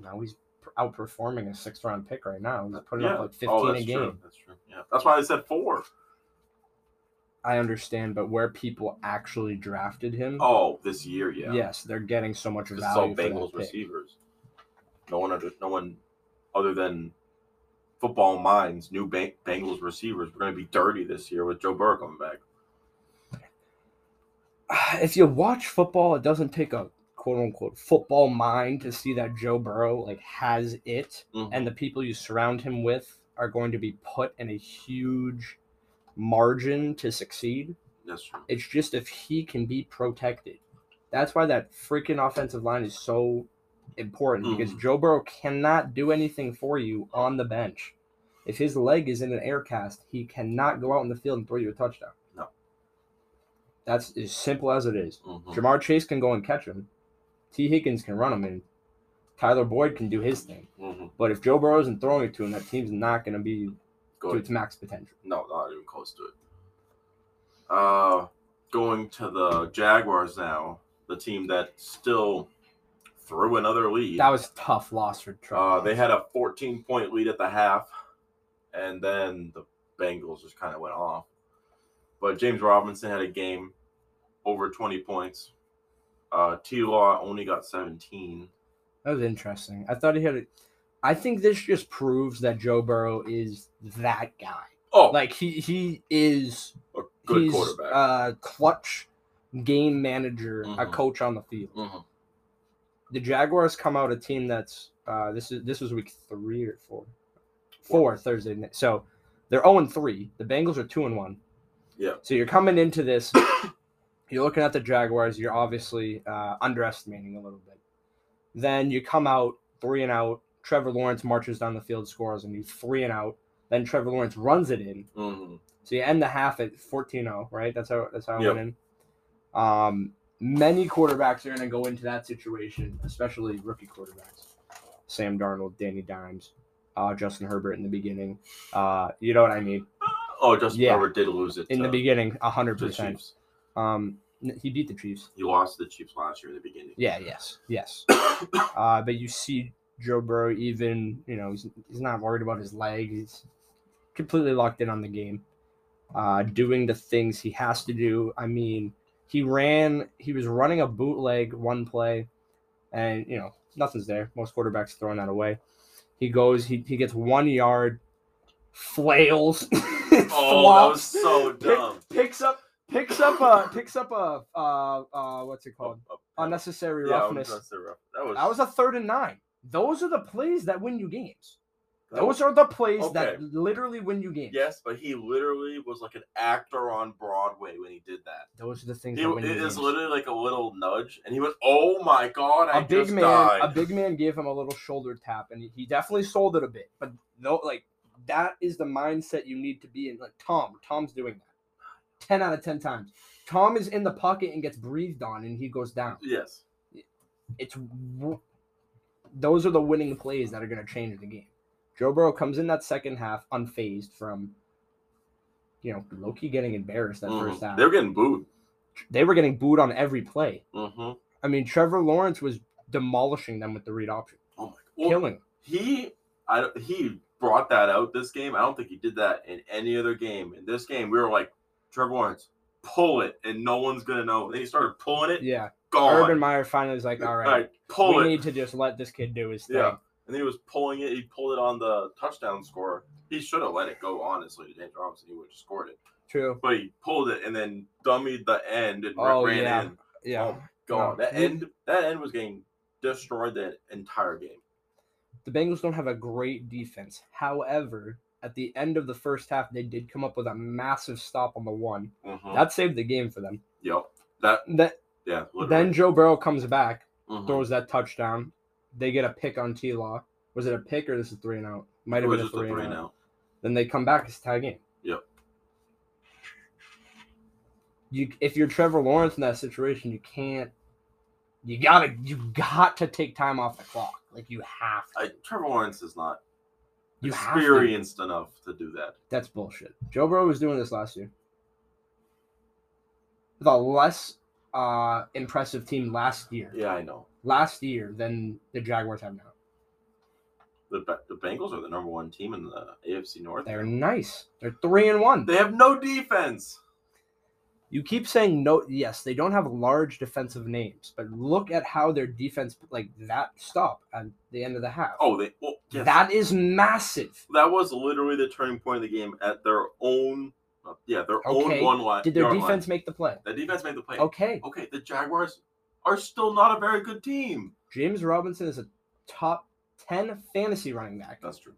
Speaker 4: now he's pr- outperforming a sixth round pick right now. He's putting
Speaker 2: Yeah.
Speaker 4: up like 15
Speaker 2: oh,
Speaker 4: a
Speaker 2: that's
Speaker 4: game.
Speaker 2: true. That's true. Yeah, that's why I said four.
Speaker 4: I understand, but where people actually drafted him,
Speaker 2: Oh, this year, yeah.
Speaker 4: yes, they're getting so much
Speaker 2: 'Cause
Speaker 4: value.
Speaker 2: it's all
Speaker 4: for that
Speaker 2: Bengals
Speaker 4: pick.
Speaker 2: receivers. No one under, no one other than football minds knew Bang- Bengals receivers were going to be dirty this year with Joe Burrow coming back.
Speaker 4: If you watch football, it doesn't take a quote unquote football mind to see that Joe Burrow like has it.
Speaker 2: Mhm.
Speaker 4: and the people you surround him with are going to be put in a huge margin to succeed.
Speaker 2: That's true.
Speaker 4: It's just if he can be protected. That's why that freaking offensive line is so important because
Speaker 2: Mm.
Speaker 4: Joe Burrow cannot do anything for you on the bench. If his leg is in an air cast, he cannot go out in the field and throw you a touchdown.
Speaker 2: No.
Speaker 4: That's as simple as it is.
Speaker 2: Mhm.
Speaker 4: Jamar Chase can go and catch him. T. Higgins can run him and Tyler Boyd can do his thing.
Speaker 2: Mhm.
Speaker 4: But if Joe Burrow isn't throwing it to him, that team's not going to be to
Speaker 2: Go ahead.
Speaker 4: its max potential.
Speaker 2: No, not even close to it. Uh, going to the Jaguars now, the team that still threw another lead.
Speaker 4: That was a tough loss for
Speaker 2: Uh,
Speaker 4: Trump.
Speaker 2: they had a 14 point lead at the half, and then the Bengals just kind of went off. But James Robinson had a game over 20 points. Uh, T Law only got 17.
Speaker 4: that was interesting. I thought he had. A, I think this just proves that Joe Burrow is that guy.
Speaker 2: Oh,
Speaker 4: Like he he is
Speaker 2: a good
Speaker 4: he's uh,
Speaker 2: quarterback.
Speaker 4: a clutch game manager, a
Speaker 2: Mhm.
Speaker 4: coach on the field.
Speaker 2: Mhm.
Speaker 4: The Jaguars come out a team that's uh, this is this was week three or four,
Speaker 2: Four.
Speaker 4: four Thursday night. So they're zero and three. The Bengals are two and one.
Speaker 2: Yeah.
Speaker 4: So you're coming into this you're looking at the Jaguars, you're obviously uh, underestimating a little bit. Then you come out three and out. Trevor Lawrence marches down the field, scores, and you three and out. Then Trevor Lawrence runs it in.
Speaker 2: Mhm.
Speaker 4: So you end the half at 14-0, right? That's how that's how it
Speaker 2: Yep.
Speaker 4: went in. Um, many quarterbacks are going to go into that situation, especially rookie quarterbacks. Sam Darnold, Danny Dimes, uh, Justin Herbert in the beginning. Uh, you know what I mean?
Speaker 2: Oh, Justin
Speaker 4: Yeah.
Speaker 2: Herbert did lose it
Speaker 4: In the
Speaker 2: to-
Speaker 4: beginning,
Speaker 2: to the
Speaker 4: 100%.
Speaker 2: Chiefs.
Speaker 4: Um, n- he beat the Chiefs.
Speaker 2: He lost to the Chiefs last year in the beginning.
Speaker 4: Yeah, yes, yes. uh, but you see Joe Burrow even, you know, he's, he's not worried about his legs. He's completely locked in on the game, uh, doing the things he has to do. I mean, he ran, he was running a bootleg one play, and, you know, nothing's there. Most quarterbacks throwing that away. He goes, he, he gets one yard, flails.
Speaker 2: Oh, that was so dumb.
Speaker 4: Picks up, picks up a, picks up a, uh, uh, what's it called?
Speaker 2: Oh, oh,
Speaker 4: unnecessary
Speaker 2: yeah,
Speaker 4: roughness.
Speaker 2: unnecessary rough- That was,
Speaker 4: That was a third and nine. Those are the plays that win you games.
Speaker 2: that was
Speaker 4: Those are the plays
Speaker 2: Okay.
Speaker 4: that literally win you games.
Speaker 2: Yes, but he literally was like an actor on Broadway when he did that.
Speaker 4: Those are the things
Speaker 2: He,
Speaker 4: that win you
Speaker 2: it
Speaker 4: games.
Speaker 2: is literally like a little nudge, and he went, "Oh my god, I
Speaker 4: a big
Speaker 2: just
Speaker 4: man,
Speaker 2: died."
Speaker 4: a big man gave him a little shoulder tap, and he- he definitely sold it a bit. But no, like that is the mindset you need to be in. Like Tom, Tom's doing that ten out of ten times. Tom is in the pocket and gets breathed on, and he goes down.
Speaker 2: yes,
Speaker 4: it's w- those are the winning plays that are going to change the game. Joe Burrow comes in that second half unfazed from, you know, Loki getting embarrassed that
Speaker 2: Mhm.
Speaker 4: first half.
Speaker 2: they were getting booed.
Speaker 4: They were getting booed on every play.
Speaker 2: hmm
Speaker 4: I mean, Trevor Lawrence was demolishing them with the read option,
Speaker 2: Oh my god, Well,
Speaker 4: killing. them.
Speaker 2: he, I don't- he brought that out this game. I don't think he did that in any other game. In this game, we were like, Trevor Lawrence, pull it, and no one's gonna know. And then he started pulling it,
Speaker 4: Yeah,
Speaker 2: gone.
Speaker 4: Urban Meyer finally was like, "All
Speaker 2: All
Speaker 4: right,
Speaker 2: right, pull
Speaker 4: we
Speaker 2: it.
Speaker 4: need to just let this kid do his thing."
Speaker 2: Yeah. and then he was pulling it. He pulled it on the touchdown score. He should have let it go, honestly, to James Robinson. He would have scored it.
Speaker 4: True.
Speaker 2: But he pulled it and then dummied the end and
Speaker 4: Oh,
Speaker 2: ran
Speaker 4: yeah.
Speaker 2: in.
Speaker 4: Yeah.
Speaker 2: Oh my god,
Speaker 4: No.
Speaker 2: that end that end was getting destroyed that entire game.
Speaker 4: the Bengals don't have a great defense. However, at the end of the first half, they did come up with a massive stop on the one.
Speaker 2: Mm-hmm.
Speaker 4: That saved the game for them.
Speaker 2: Yep. That
Speaker 4: That
Speaker 2: yeah.
Speaker 4: Then
Speaker 2: Literally.
Speaker 4: Joe Burrow comes back,
Speaker 2: Mhm.
Speaker 4: throws that touchdown. They get a pick on T Law. Was it a pick or this is three and out? Might
Speaker 2: it
Speaker 4: have
Speaker 2: was
Speaker 4: been a
Speaker 2: just a
Speaker 4: three,
Speaker 2: three
Speaker 4: and out.
Speaker 2: now.
Speaker 4: Then they come back, it's a tie game.
Speaker 2: Yep.
Speaker 4: you if you're Trevor Lawrence in that situation, you can't. You gotta you got to take time off the clock. Like you have to.
Speaker 2: I, Trevor Lawrence is not
Speaker 4: You have to.
Speaker 2: experienced enough to do that.
Speaker 4: That's bullshit. Joe Burrow was doing this last year. The less uh, impressive team last year,
Speaker 2: Yeah, I know.
Speaker 4: last year than the Jaguars have now.
Speaker 2: The Ba- the Bengals are the number one team in the AFC North.
Speaker 4: They're nice. They're three and one.
Speaker 2: They have no defense.
Speaker 4: You keep saying no. Yes, they don't have large defensive names, but look at how their defense, like that stop at the end of the half.
Speaker 2: Oh, they well, yes.
Speaker 4: that is massive.
Speaker 2: that was literally the turning point of the game at their own uh, yeah their
Speaker 4: Okay.
Speaker 2: own one line.
Speaker 4: Did their
Speaker 2: yard
Speaker 4: defense make the play?
Speaker 2: Line. The defense made the play. Okay.
Speaker 4: Okay,
Speaker 2: the Jaguars are still not a very good team.
Speaker 4: James Robinson is a top ten fantasy running back.
Speaker 2: That's true.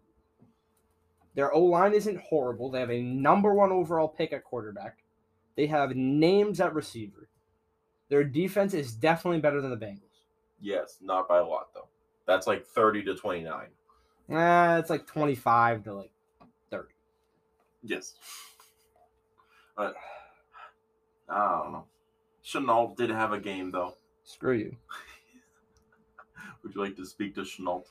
Speaker 4: Their O line isn't horrible. They have a number one overall pick at quarterback. They have names at receiver. Their defense is definitely better than the Bengals.
Speaker 2: Yes, not by a lot though. That's like thirty to twenty nine.
Speaker 4: Nah, it's like twenty five to like thirty.
Speaker 2: Yes. But Uh, I don't know. Chenault did have a game though.
Speaker 4: Screw you.
Speaker 2: Would you like to speak to Chenault?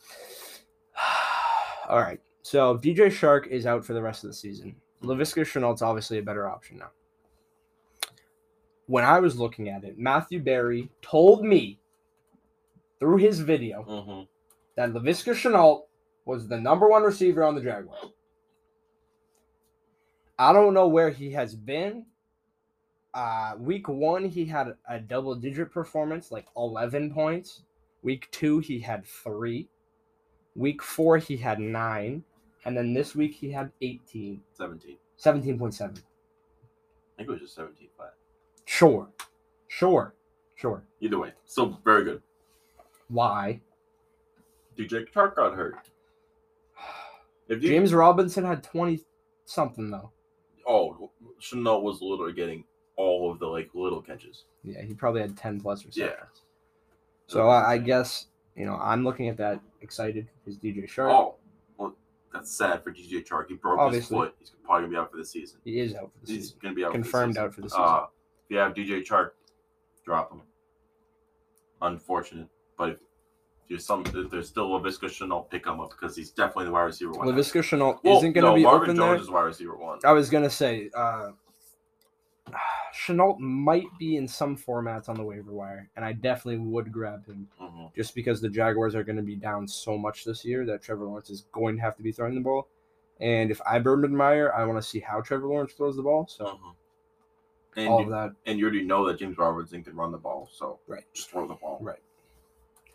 Speaker 4: All right. So DJ Shark is out for the rest of the season. LaVisca Chenault's obviously a better option now. When I was looking at it, Matthew Berry told me through his video
Speaker 2: Mm-hmm.
Speaker 4: that LaVisca Chenault was the number one receiver on the Jaguars. I don't know where he has been. Uh, week one, he had a double digit performance, like 11 points. Week two, he had three. Week four, he had nine. And then this week, he had 18,
Speaker 2: Seventeen.
Speaker 4: 17.7.
Speaker 2: I think it was just seventeen flat.
Speaker 4: Sure. Sure. Sure.
Speaker 2: Either way, still very good.
Speaker 4: Why?
Speaker 2: DJ Chark got hurt. If you,
Speaker 4: James Robinson had 20 something, though.
Speaker 2: oh, Chenault was literally getting all of the like little catches.
Speaker 4: Yeah, he probably had 10 plus or something.
Speaker 2: Yeah.
Speaker 4: So I, I guess you know I'm looking at that excited because DJ Sharp
Speaker 2: Oh, well, that's sad for DJ Chark. He broke his
Speaker 4: uh, Obviously.
Speaker 2: foot. He's probably gonna be out for the season.
Speaker 4: he is out for the
Speaker 2: He's
Speaker 4: season,
Speaker 2: gonna be out.
Speaker 4: confirmed
Speaker 2: for the season.
Speaker 4: out for the season.
Speaker 2: Uh, if you have DJ Chark, drop him. Unfortunate, but if there's some, if there's still LaVisca Chenault, pick him up because he's definitely the wide receiver one.
Speaker 4: Lavisca Chenault
Speaker 2: Well,
Speaker 4: isn't going to
Speaker 2: no,
Speaker 4: be
Speaker 2: Marvin
Speaker 4: open
Speaker 2: Jones
Speaker 4: there.
Speaker 2: is wide receiver one.
Speaker 4: I was going to say uh, Chenault might be in some formats on the waiver wire, and I definitely would grab him
Speaker 2: Mhm.
Speaker 4: just because the Jaguars are going to be down so much this year that Trevor Lawrence is going to have to be throwing the ball. And if I Urban Meyer, I want to see how Trevor Lawrence throws the ball. So
Speaker 2: Mhm. And
Speaker 4: all
Speaker 2: you-
Speaker 4: of that,
Speaker 2: and you already know that James Robertson can run the ball, so
Speaker 4: Right.
Speaker 2: just throw the ball.
Speaker 4: Right.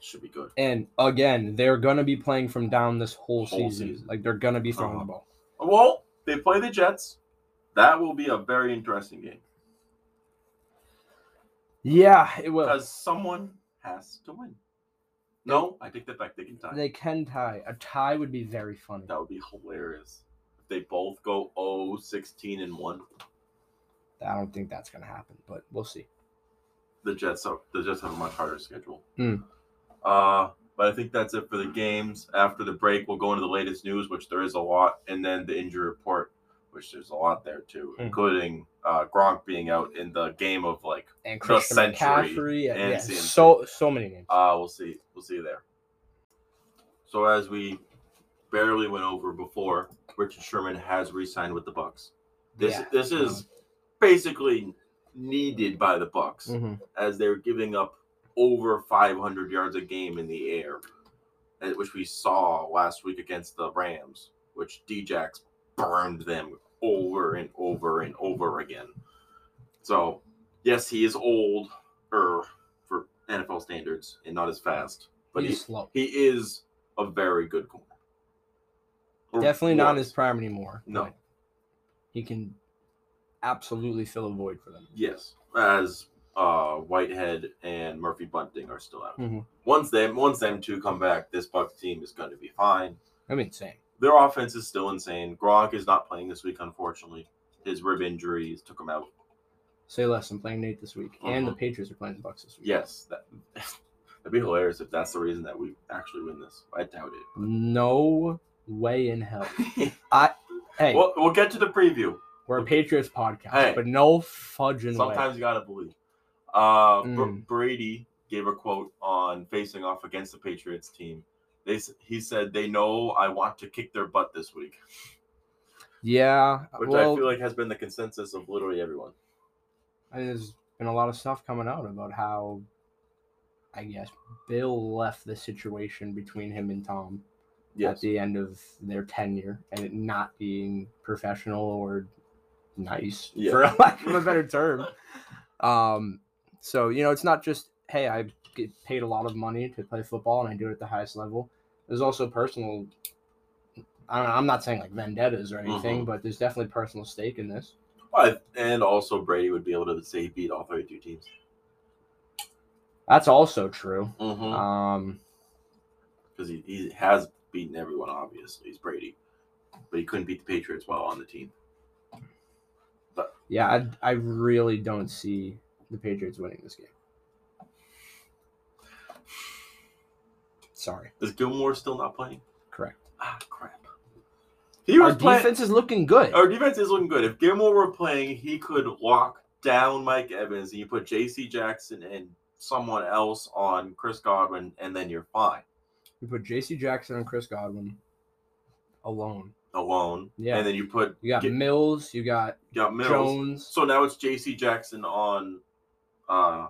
Speaker 2: Should be good.
Speaker 4: and again, they're going to be playing from down this whole,
Speaker 2: Whole
Speaker 4: season.
Speaker 2: season.
Speaker 4: Like they're going to be throwing
Speaker 2: Uh-huh.
Speaker 4: the ball.
Speaker 2: Well, they play the Jets. That will be a very interesting game
Speaker 4: Yeah, it will.
Speaker 2: because someone has to win. No, I take that back. They can tie.
Speaker 4: They can tie. A tie would be very funny.
Speaker 2: that would be hilarious. If they both go 0, 16, and one,
Speaker 4: I don't think that's gonna happen, but we'll see.
Speaker 2: the Jets are the Jets have a much harder schedule.
Speaker 4: Hmm.
Speaker 2: Uh, but I think that's it for the games. After the break, we'll go into the latest news, which there is a lot, and then the injury report, which there's a lot there too,
Speaker 4: Hmm.
Speaker 2: including uh, Gronk being out in the game of like.
Speaker 4: And Christian
Speaker 2: century
Speaker 4: McCaffrey, and,
Speaker 2: and
Speaker 4: yeah,
Speaker 2: CMC.
Speaker 4: so so many names.
Speaker 2: Uh, we'll see. We'll see you there. So as we barely went over before, Richard Sherman has re-signed with the Bucks. This
Speaker 4: Yeah.
Speaker 2: this is basically needed by the Bucks
Speaker 4: Mhm.
Speaker 2: as they're giving up over 500 yards a game in the air, and- which we saw last week against the Rams, which Djax burned them over and over and over again. So, yes, he is old, er, for NFL standards, and not as fast, but
Speaker 4: he's
Speaker 2: he's,
Speaker 4: slow.
Speaker 2: he is a very good corner. Or
Speaker 4: Definitely not in
Speaker 2: was.
Speaker 4: his prime anymore.
Speaker 2: No.
Speaker 4: but He can absolutely fill a void for them.
Speaker 2: Yes, as uh, Whitehead and Murphy Bunting are still out.
Speaker 4: Mhm.
Speaker 2: Once them, once them two come back, this Bucks team is going to be fine.
Speaker 4: I mean same.
Speaker 2: Their offense is still insane. Gronk is not playing this week, unfortunately. His rib injuries took him out.
Speaker 4: Say less, I'm playing Nate this week. And
Speaker 2: Uh-huh.
Speaker 4: the Patriots are playing the Bucks this week.
Speaker 2: Yes, that, that'd be hilarious if that's the reason that we actually win this. I doubt
Speaker 4: No way in hell.
Speaker 2: it.
Speaker 4: Hey,
Speaker 2: we'll, we'll get to the preview.
Speaker 4: We're a Patriots podcast,
Speaker 2: Hey.
Speaker 4: but no fudging way.
Speaker 2: Sometimes you gotta believe. Uh, Br-
Speaker 4: Mm.
Speaker 2: Brady gave a quote on facing off against the Patriots team. They s- he said they know I want to kick their butt this week,
Speaker 4: Yeah.
Speaker 2: which
Speaker 4: well,
Speaker 2: I feel like has been the consensus of literally everyone.
Speaker 4: and there's been a lot of stuff coming out about how I guess Bill left the situation between him and Tom at
Speaker 2: Yes,
Speaker 4: the end of their tenure and it not being professional or nice
Speaker 2: Yeah.
Speaker 4: for lack of a better term. Um so you know it's not just hey I get paid a lot of money to play football and I do it at the highest level. There's also personal I don't know, I'm not saying like vendettas or anything,
Speaker 2: Mm-hmm.
Speaker 4: but there's definitely personal stake in this.
Speaker 2: But- and also Brady would be able to say he beat all thirty-two teams.
Speaker 4: That's also true.
Speaker 2: Because
Speaker 4: Um
Speaker 2: Uh, he, he has beaten everyone. Obviously, he's Brady, but he couldn't beat the Patriots while on the team.
Speaker 4: Yeah, I, I really don't see the Patriots winning this game. Sorry,
Speaker 2: Is Gilmore still not playing?
Speaker 4: correct.
Speaker 2: Ah, crap. He
Speaker 4: Our
Speaker 2: was playing.
Speaker 4: defense is looking good.
Speaker 2: Our defense is looking good. If Gilmore were playing, he could lock down Mike Evans and you put J.C. Jackson and someone else on Chris Godwin, and then you're fine
Speaker 4: We put J.C. Jackson and Chris Godwin alone.
Speaker 2: alone.
Speaker 4: Yeah.
Speaker 2: And then you put
Speaker 4: You got
Speaker 2: Get-
Speaker 4: Mills. You got
Speaker 2: you got Mills.
Speaker 4: Jones.
Speaker 2: So now it's J.C. Jackson on uh,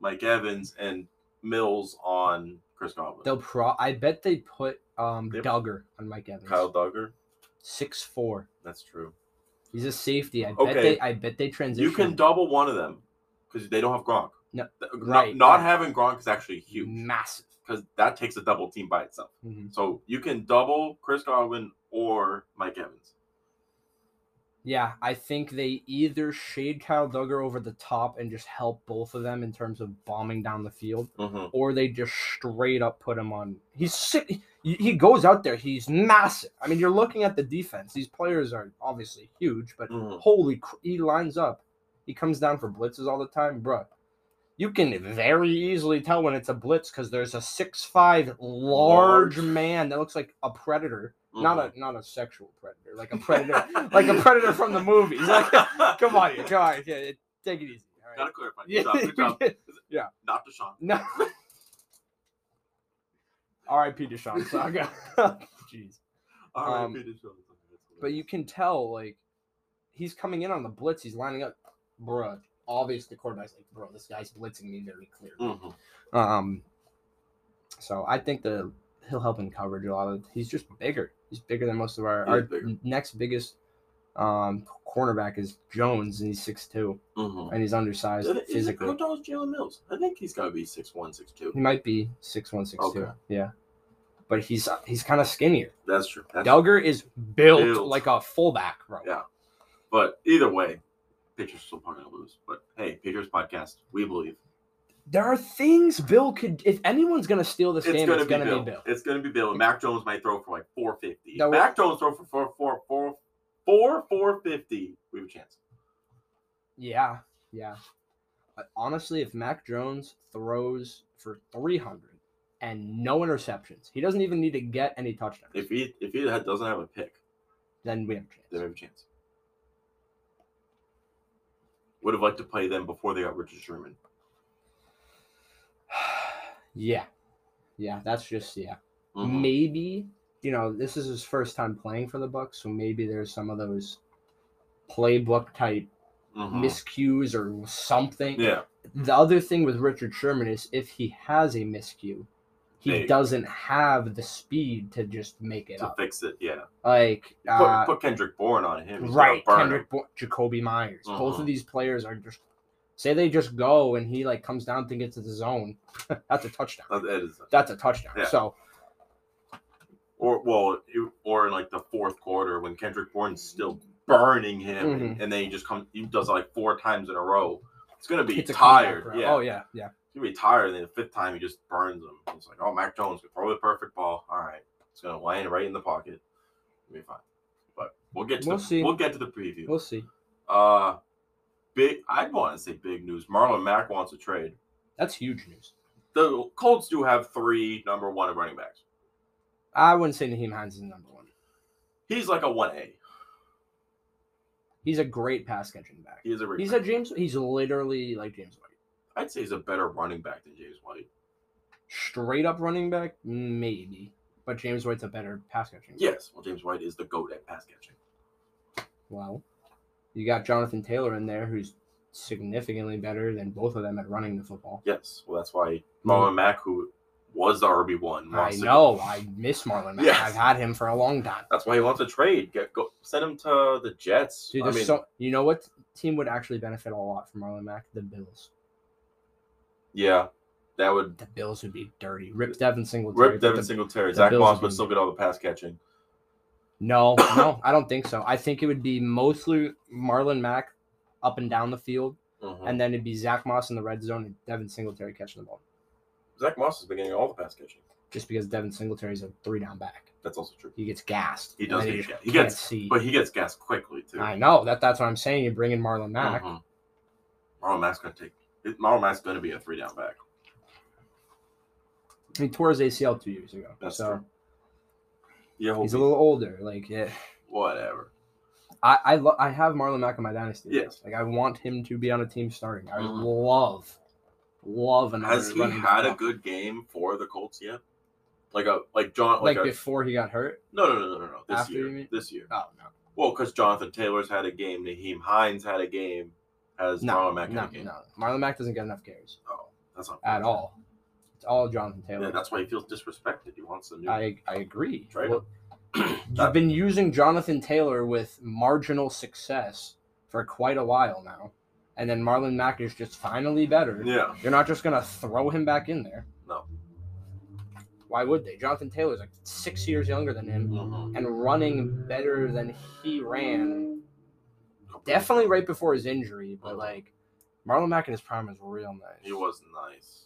Speaker 2: Mike Evans and Mills on Chris Godwin.
Speaker 4: They'll pro. I bet they put um
Speaker 2: They-
Speaker 4: Duggar on Mike Evans.
Speaker 2: Kyle Duggar.
Speaker 4: Six four.
Speaker 2: That's true.
Speaker 4: He's a safety. I bet
Speaker 2: Okay.
Speaker 4: they. I bet they transition.
Speaker 2: You can double one of them because they don't have Gronk.
Speaker 4: No,
Speaker 2: Th- not-
Speaker 4: right,
Speaker 2: Not,
Speaker 4: right.
Speaker 2: having Gronk is actually huge
Speaker 4: massive.
Speaker 2: because that takes a double team by itself.
Speaker 4: Mhm.
Speaker 2: So you can double Chris Godwin or Mike Evans.
Speaker 4: Yeah, I think they either shade Kyle Duggar over the top and just help both of them in terms of bombing down the field,
Speaker 2: Mm-hmm.
Speaker 4: or they just straight up put him on. He's sick. He he goes out there. He's massive. I mean, you're looking at the defense. These players are obviously huge, but
Speaker 2: Mhm.
Speaker 4: holy, cr- he lines up. He comes down for blitzes all the time, bruh. You can very easily tell when it's a blitz because there's a six-five large,
Speaker 2: Large.
Speaker 4: man that looks like a predator, not a not a sexual predator, like a predator like a predator from the movies. Like, come on, here, come on, here, yeah, take it easy. All
Speaker 2: Gotta
Speaker 4: right.
Speaker 2: clarify. Good job. Good
Speaker 4: Yeah,
Speaker 2: job. Not Deshaun.
Speaker 4: no. R.I.P. Deshaun Saga. Jeez,
Speaker 2: All
Speaker 4: Um,
Speaker 2: right, Deshaun.
Speaker 4: but you can tell like he's coming in on the blitz. He's lining up, bruh. Obvious, the quarterback's like, bro, this guy's blitzing me very clearly.
Speaker 2: hmm
Speaker 4: Um, so I think the he'll help in coverage a lot. Of, he's just bigger. He's bigger than most of our.
Speaker 2: He
Speaker 4: Our
Speaker 2: is bigger.
Speaker 4: next biggest um cornerback is Jones, and he's six two.
Speaker 2: hmm
Speaker 4: and he's undersized
Speaker 2: Is it
Speaker 4: physically. Hmm.
Speaker 2: How tall is Jalen Mills? I think he's got to be 6'1", 6'2".
Speaker 4: He might be six one, six two.
Speaker 2: Okay.
Speaker 4: Yeah, but he's he's kind of skinnier.
Speaker 2: That's true. That's
Speaker 4: Duggar is built,
Speaker 2: Built.
Speaker 4: like a fullback, bro.
Speaker 2: Yeah. But either way, Patriots still probably gonna lose. But hey, Patriots podcast, we believe
Speaker 4: There are things Bill could. If anyone's gonna steal this game, it's gonna be Bill.
Speaker 2: It's gonna be Bill. And Mac Jones might throw for like 450.
Speaker 4: No,
Speaker 2: If Mac Jones throw for four, four, four, four, 450. We have a chance.
Speaker 4: Yeah, yeah. But honestly, if Mac Jones throws for three hundred and no interceptions, he doesn't even need to get any touchdowns.
Speaker 2: If he if he had- doesn't have a pick,
Speaker 4: then we have a
Speaker 2: then we
Speaker 4: chance.
Speaker 2: have a chance. Would have liked to play them before they got Richard Sherman.
Speaker 4: yeah, yeah. That's just yeah. Mm-hmm.
Speaker 2: Mhm.
Speaker 4: maybe you know this is his first time playing for the bucks so maybe there's some of those playbook type
Speaker 2: Mhm.
Speaker 4: miscues or something
Speaker 2: Yeah.
Speaker 4: the other thing with richard sherman is if he has a miscue he
Speaker 2: Big.
Speaker 4: doesn't have the speed to just make it
Speaker 2: To
Speaker 4: up
Speaker 2: fix it, yeah.
Speaker 4: like
Speaker 2: Put,
Speaker 4: uh,
Speaker 2: put Kendrick Bourne on him. He's gonna
Speaker 4: right
Speaker 2: burn
Speaker 4: kendrick
Speaker 2: him.
Speaker 4: Bo- jacoby myers both
Speaker 2: Mhm.
Speaker 4: of these players are just say they just go and he like comes down to get to the zone that's a touchdown
Speaker 2: Uh, that is-
Speaker 4: that's a touchdown
Speaker 2: Yeah.
Speaker 4: so
Speaker 2: Or well, it- or in like the fourth quarter when Kendrick Bourne's still burning him, and,
Speaker 4: Mm-hmm.
Speaker 2: and then he just comes, he does it like four times in a row. It's gonna be
Speaker 4: it's a comeback
Speaker 2: tired.
Speaker 4: round.
Speaker 2: Yeah,
Speaker 4: oh yeah yeah
Speaker 2: he's gonna be tired. And then the fifth time he just burns him. It's like, oh, Mac Jones can throw the perfect ball. All right, it's gonna land right in the pocket. It'll be fine. But we'll get to
Speaker 4: We'll
Speaker 2: the,
Speaker 4: see.
Speaker 2: we'll get to the preview.
Speaker 4: we'll see
Speaker 2: uh, big. I want to say big news. Marlon Mack wants a trade.
Speaker 4: that's huge news
Speaker 2: The Colts do have three number one running backs.
Speaker 4: I wouldn't say Naheem Hines is number one.
Speaker 2: He's like a one A.
Speaker 4: He's a great pass catching back.
Speaker 2: He is a great
Speaker 4: He's a
Speaker 2: back.
Speaker 4: James. He's literally like James White.
Speaker 2: I'd say he's a better running back than James White.
Speaker 4: Straight up running back, maybe, but James White's a better pass catching. back.
Speaker 2: Yes, well, James White is the goat at pass catching.
Speaker 4: Well, you got Jonathan Taylor in there, who's significantly better than both of them at running the football.
Speaker 2: Yes, well, that's why Marlon Mack, who was the RB one,
Speaker 4: Mm. I know. I miss Marlon Mack.
Speaker 2: Yes.
Speaker 4: I've had him for a long time.
Speaker 2: That's why he wants to trade. Get go send him to the Jets.
Speaker 4: Dude,
Speaker 2: I
Speaker 4: there's
Speaker 2: mean,
Speaker 4: so you know what team would actually benefit a lot from Marlon Mack? The Bills.
Speaker 2: yeah, that would
Speaker 4: The Bills would be dirty. Rip Devin Singletary.
Speaker 2: rip
Speaker 4: but
Speaker 2: Devin
Speaker 4: the-
Speaker 2: Singletary.
Speaker 4: the
Speaker 2: Zach
Speaker 4: Bills
Speaker 2: Moss
Speaker 4: would
Speaker 2: would
Speaker 4: be-
Speaker 2: still get all the pass catching.
Speaker 4: No, no, I don't think so. I think it would be mostly Marlon Mack up and down the field,
Speaker 2: Mhm.
Speaker 4: and then it'd be Zach Moss in the red zone and Devin Singletary catching the ball.
Speaker 2: Zach Moss has been getting all the pass catching.
Speaker 4: Just because Devin Singletary's a three down back,
Speaker 2: That's also true.
Speaker 4: he gets gassed.
Speaker 2: He
Speaker 4: and
Speaker 2: does
Speaker 4: then
Speaker 2: get
Speaker 4: just
Speaker 2: gassed. He
Speaker 4: can't
Speaker 2: gets-
Speaker 4: see.
Speaker 2: But he gets gassed quickly too.
Speaker 4: I know that. That's what I'm saying. You bring in Marlon Mack.
Speaker 2: Mhm. Marlon Mack's gonna take. it- Marlon Mack's gonna be a three down back.
Speaker 4: He tore his ACL two years ago,
Speaker 2: That's
Speaker 4: so
Speaker 2: Yeah,
Speaker 4: he's a little older. Like, yeah,
Speaker 2: whatever.
Speaker 4: I I, lo- I have Marlon Mack in my dynasty.
Speaker 2: Yes.
Speaker 4: like I want him to be on a team starting. I
Speaker 2: Mhm.
Speaker 4: love, love another.
Speaker 2: Has he
Speaker 4: running
Speaker 2: had a
Speaker 4: back.
Speaker 2: good game for the Colts yet? Like a like John like,
Speaker 4: like
Speaker 2: a,
Speaker 4: before he got hurt?
Speaker 2: no no no no no no this
Speaker 4: After, you
Speaker 2: year
Speaker 4: mean?
Speaker 2: this year.
Speaker 4: Oh no.
Speaker 2: Well, because Jonathan Taylor's had a game, Naheem Hines had a game, has
Speaker 4: No,
Speaker 2: Marlon Mack had
Speaker 4: no,
Speaker 2: a game.
Speaker 4: no. Marlon Mack doesn't get enough carries
Speaker 2: Oh, that's not
Speaker 4: at all. It's all Jonathan
Speaker 2: Yeah,
Speaker 4: Taylor.
Speaker 2: that's why he feels disrespected. He wants a new.
Speaker 4: I I agree.
Speaker 2: Trade
Speaker 4: Well, you've
Speaker 2: That-
Speaker 4: been using Jonathan Taylor with marginal success for quite a while now, and then Marlon Mack is just finally better.
Speaker 2: yeah,
Speaker 4: You're not just gonna throw him back in there.
Speaker 2: No.
Speaker 4: Why would they? Jonathan Taylor's like six years younger than him
Speaker 2: mhm.
Speaker 4: and running better than he ran. Definitely right before his injury, but like Marlon Mack in his prime is real nice.
Speaker 2: He was nice.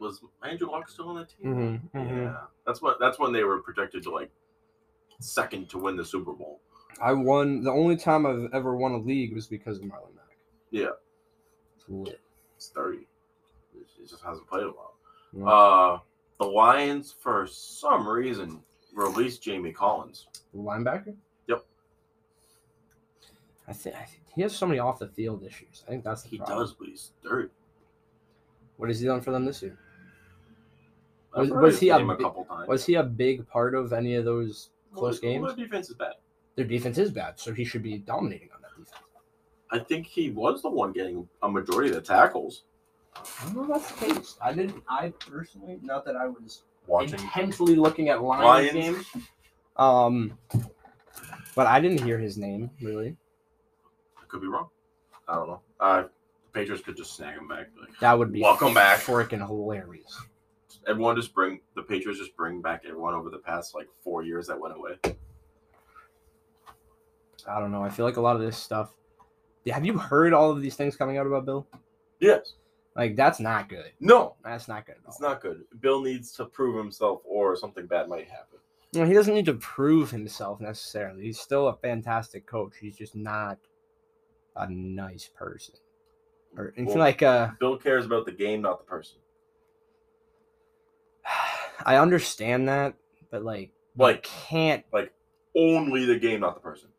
Speaker 2: Was Andrew Luck still on the team?
Speaker 4: Mm-hmm,
Speaker 2: Yeah, that's what. That's when they were projected to like second to win the Super Bowl.
Speaker 4: I won. The only time I've ever won a league was because of Marlon Mack.
Speaker 2: Yeah.
Speaker 4: It's lit.
Speaker 2: It's thirty. He just hasn't played a while.
Speaker 4: Yeah.
Speaker 2: Uh, the Lions, for some reason, released Jamie Collins.
Speaker 4: Linebacker.
Speaker 2: Yep.
Speaker 4: I think I think he has so many off the field issues. I think that's the
Speaker 2: He
Speaker 4: problem.
Speaker 2: does, but he's dirty.
Speaker 4: What has he done for them this year?
Speaker 2: I've
Speaker 4: Was-
Speaker 2: heard
Speaker 4: was
Speaker 2: his
Speaker 4: he a
Speaker 2: name a
Speaker 4: bi-
Speaker 2: couple times?
Speaker 4: Was he a big part of any of those close
Speaker 2: Well,
Speaker 4: games?
Speaker 2: Their defense is bad.
Speaker 4: Their defense is bad, so he should be dominating on that defense.
Speaker 2: I think he was the one getting a majority of the tackles.
Speaker 4: I don't know if that's the case. I didn't. I personally, not that I was
Speaker 2: Watching
Speaker 4: intensely looking at Lions,
Speaker 2: Lions.
Speaker 4: games, um, but I didn't hear his name really.
Speaker 2: I could be wrong. I don't know. Uh, the Patriots could just snag him back. Like,
Speaker 4: That would be
Speaker 2: Welcome back.
Speaker 4: freaking hilarious.
Speaker 2: everyone just bring the Patriots just bring back everyone over the past like four years that went away.
Speaker 4: I don't know. I feel like a lot of this stuff. Have you heard all of these things coming out about Bill?
Speaker 2: Yes.
Speaker 4: Like that's not good.
Speaker 2: No.
Speaker 4: That's not good at all.
Speaker 2: It's not good. Bill needs to prove himself, or something bad might happen.
Speaker 4: No, he doesn't need to prove himself necessarily. He's still a fantastic coach. He's just not a nice person. Or it's
Speaker 2: Well-
Speaker 4: like uh
Speaker 2: Bill cares about the game, not the person.
Speaker 4: I understand that, but like you
Speaker 2: Like-
Speaker 4: can't
Speaker 2: Only the game, not the person.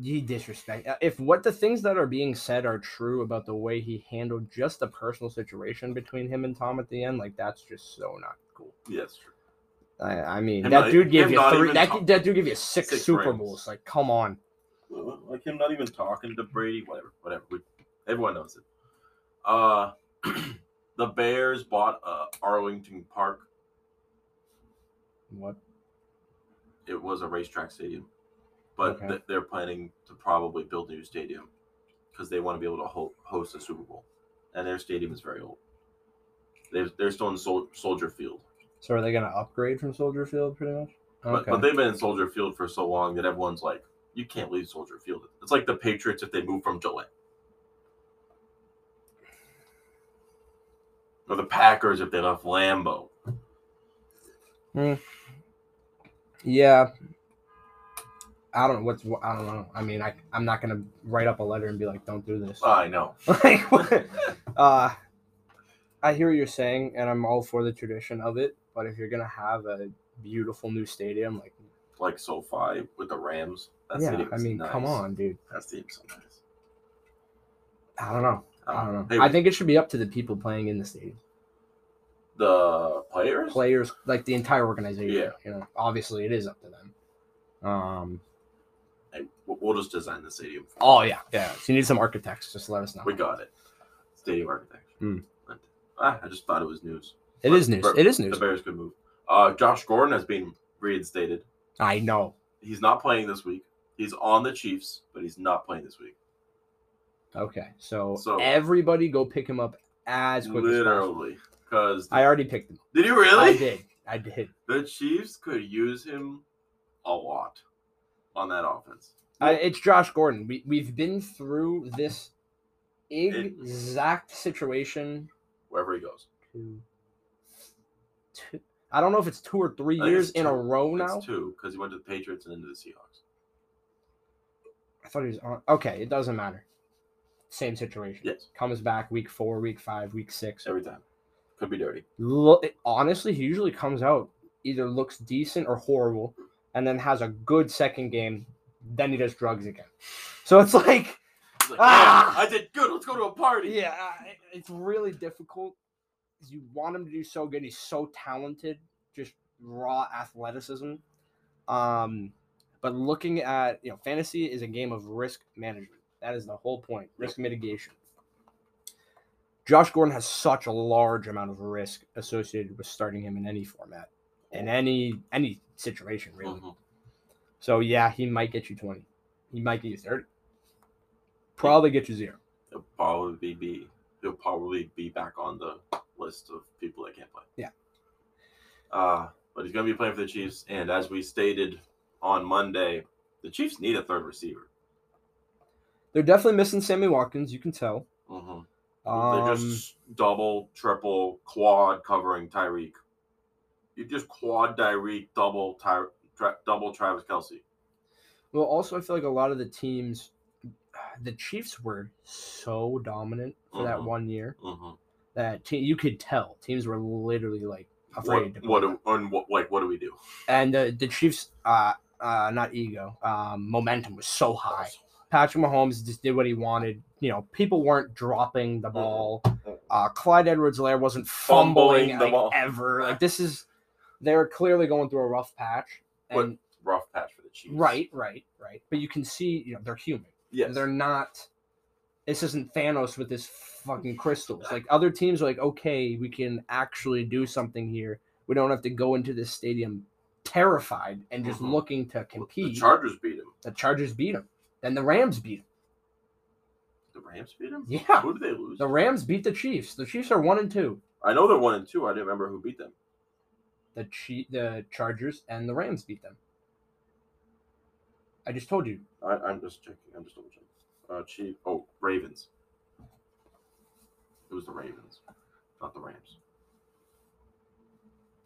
Speaker 4: you disrespect uh, if what the things that are being said are true about the way he handled just the personal situation between him and Tom at the end, like that's just so not cool.
Speaker 2: Yeah, that's true.
Speaker 4: I, I mean
Speaker 2: Him
Speaker 4: that
Speaker 2: not-
Speaker 4: dude gave
Speaker 2: him
Speaker 4: you
Speaker 2: not
Speaker 4: three
Speaker 2: even
Speaker 4: that,
Speaker 2: Tom-
Speaker 4: that dude gave you six,
Speaker 2: six
Speaker 4: Super
Speaker 2: rings.
Speaker 4: Bowls. Like come on.
Speaker 2: Uh, like him not even talking to Brady, whatever, whatever. We, everyone knows it. Uh, the Bears bought uh, Arlington Park.
Speaker 4: What
Speaker 2: It was a racetrack stadium, but
Speaker 4: Okay.
Speaker 2: th- they're planning to probably build a new stadium because they want to be able to ho- host a Super Bowl, and their stadium is very old. They've, they're still in Sol- Soldier Field,
Speaker 4: so are they gonna upgrade from Soldier Field pretty much?
Speaker 2: but, but they've been in Soldier Field for so long that everyone's like, you can't leave Soldier Field. It's like the Patriots if they move from Gillette. Or the Packers if they left Lambeau.
Speaker 4: Yeah. I don't know what's I don't know. I mean, I I'm not gonna write up a letter and be like, "Don't do this."
Speaker 2: I know.
Speaker 4: like, what? uh, I hear what you're saying, and I'm all for the tradition of it. But if you're gonna have a beautiful new stadium, like
Speaker 2: like SoFi with the Rams. That
Speaker 4: yeah,
Speaker 2: stadium
Speaker 4: I
Speaker 2: is
Speaker 4: mean, come
Speaker 2: nice.
Speaker 4: on, dude.
Speaker 2: That stadium's so nice.
Speaker 4: I don't know. I don't know.
Speaker 2: Um, They-
Speaker 4: I think it should be up to the people playing in the stadium,
Speaker 2: the players.
Speaker 4: players, like the entire organization.
Speaker 2: Yeah.
Speaker 4: You know, obviously it is up to them. Um.
Speaker 2: Hey, we'll- we'll just design the stadium. for
Speaker 4: Oh yeah, yeah. So you need some architects. Just let us know.
Speaker 2: you. we got it. Stadium architecture.
Speaker 4: Hmm.
Speaker 2: Ah, I just thought it was news.
Speaker 4: It is news. It is
Speaker 2: The
Speaker 4: news.
Speaker 2: Bears could move. Uh, Josh Gordon has been reinstated.
Speaker 4: I know.
Speaker 2: He's not playing this week. He's on the Chiefs, but he's not playing this week.
Speaker 4: Okay, so,
Speaker 2: So-
Speaker 4: everybody go pick him up as quick as possible.
Speaker 2: Literally, because
Speaker 4: I already picked him.
Speaker 2: did you really?
Speaker 4: I did. I did.
Speaker 2: The Chiefs could use him a lot on that offense.
Speaker 4: I, it's Josh Gordon. We we've been through this exact situation.
Speaker 2: Wherever he goes,
Speaker 4: Two, two, I don't know if it's two or three
Speaker 2: I think
Speaker 4: years
Speaker 2: it's
Speaker 4: in a
Speaker 2: two.
Speaker 4: row now.
Speaker 2: it's two because he went to the Patriots and then to the Seahawks.
Speaker 4: I thought he was on. Okay, it doesn't matter. Same situation.
Speaker 2: Yes,
Speaker 4: Comes back week four, week five, week six.
Speaker 2: every time. Could be dirty.
Speaker 4: Lo- honestly, he usually comes out either looks decent or horrible, and then has a good second game. Then he does drugs again. So it's like,
Speaker 2: He's like,
Speaker 4: Ah!
Speaker 2: "Yeah, I did good. Let's go to a party.
Speaker 4: yeah, I- it's really difficult. 'cause You want him to do so good. He's so talented, just raw athleticism. Um, but looking at you know, fantasy is a game of risk management. That is the whole point. Risk mitigation. Josh Gordon has such a large amount of risk associated with starting him in any format, in any any situation, really.
Speaker 2: Mhm.
Speaker 4: So yeah, he might get you twenty. He might get you thirty. Probably get you zero.
Speaker 2: He'll probably be. He'll probably be back on the list of people that can't play.
Speaker 4: Yeah.
Speaker 2: Uh, but he's gonna be playing for the Chiefs, and as we stated on Monday, the Chiefs need a third receiver.
Speaker 4: They're definitely missing Sammy Watkins. You can tell.
Speaker 2: hmm
Speaker 4: Um,
Speaker 2: They're just double, triple, quad covering Tyreek. You just quad Tyreek, double Ty, tra- double Travis Kelsey.
Speaker 4: Um, Well, also, I feel like a lot of the teams, the Chiefs were so dominant for that
Speaker 2: Mhm.
Speaker 4: one year
Speaker 2: Mm-hmm.
Speaker 4: that te- you could tell teams were literally like afraid.
Speaker 2: What,
Speaker 4: to
Speaker 2: what,
Speaker 4: play them.
Speaker 2: do- and what, like, what do we do?
Speaker 4: And uh, the Chiefs, uh, uh, not ego, um, momentum was so high. Patrick Mahomes just did what he wanted. You know, people weren't dropping
Speaker 2: Mm-hmm.
Speaker 4: the ball. Uh, Clyde edwards helaire wasn't fumbling,
Speaker 2: Fumbling the
Speaker 4: like,
Speaker 2: ball.
Speaker 4: ever. Like this is, they're clearly going through a rough patch.
Speaker 2: What-
Speaker 4: And
Speaker 2: Rough patch for the Chiefs.
Speaker 4: right, right, right. But you can see, you know, they're human.
Speaker 2: Yes.
Speaker 4: They're not. This isn't Thanos with his fucking crystals. Like other teams are like, okay, we can actually do something here. We don't have to go into this stadium terrified and just
Speaker 2: Mhm.
Speaker 4: looking to
Speaker 2: the
Speaker 4: compete. The,
Speaker 2: Chargers beat him.
Speaker 4: Chargers beat them. Then the Rams beat
Speaker 2: The Rams beat him.
Speaker 4: them. Yeah.
Speaker 2: Who did they lose?
Speaker 4: The Rams beat the Chiefs. The Chiefs are one and two.
Speaker 2: I know they're one and two. I didn't remember who beat them.
Speaker 4: The Chi- the Chargers and the Rams beat them. I just told you.
Speaker 2: I, I'm just checking. I'm just double checking. Uh, Chief. Oh, Ravens. It was the Ravens, not the Rams.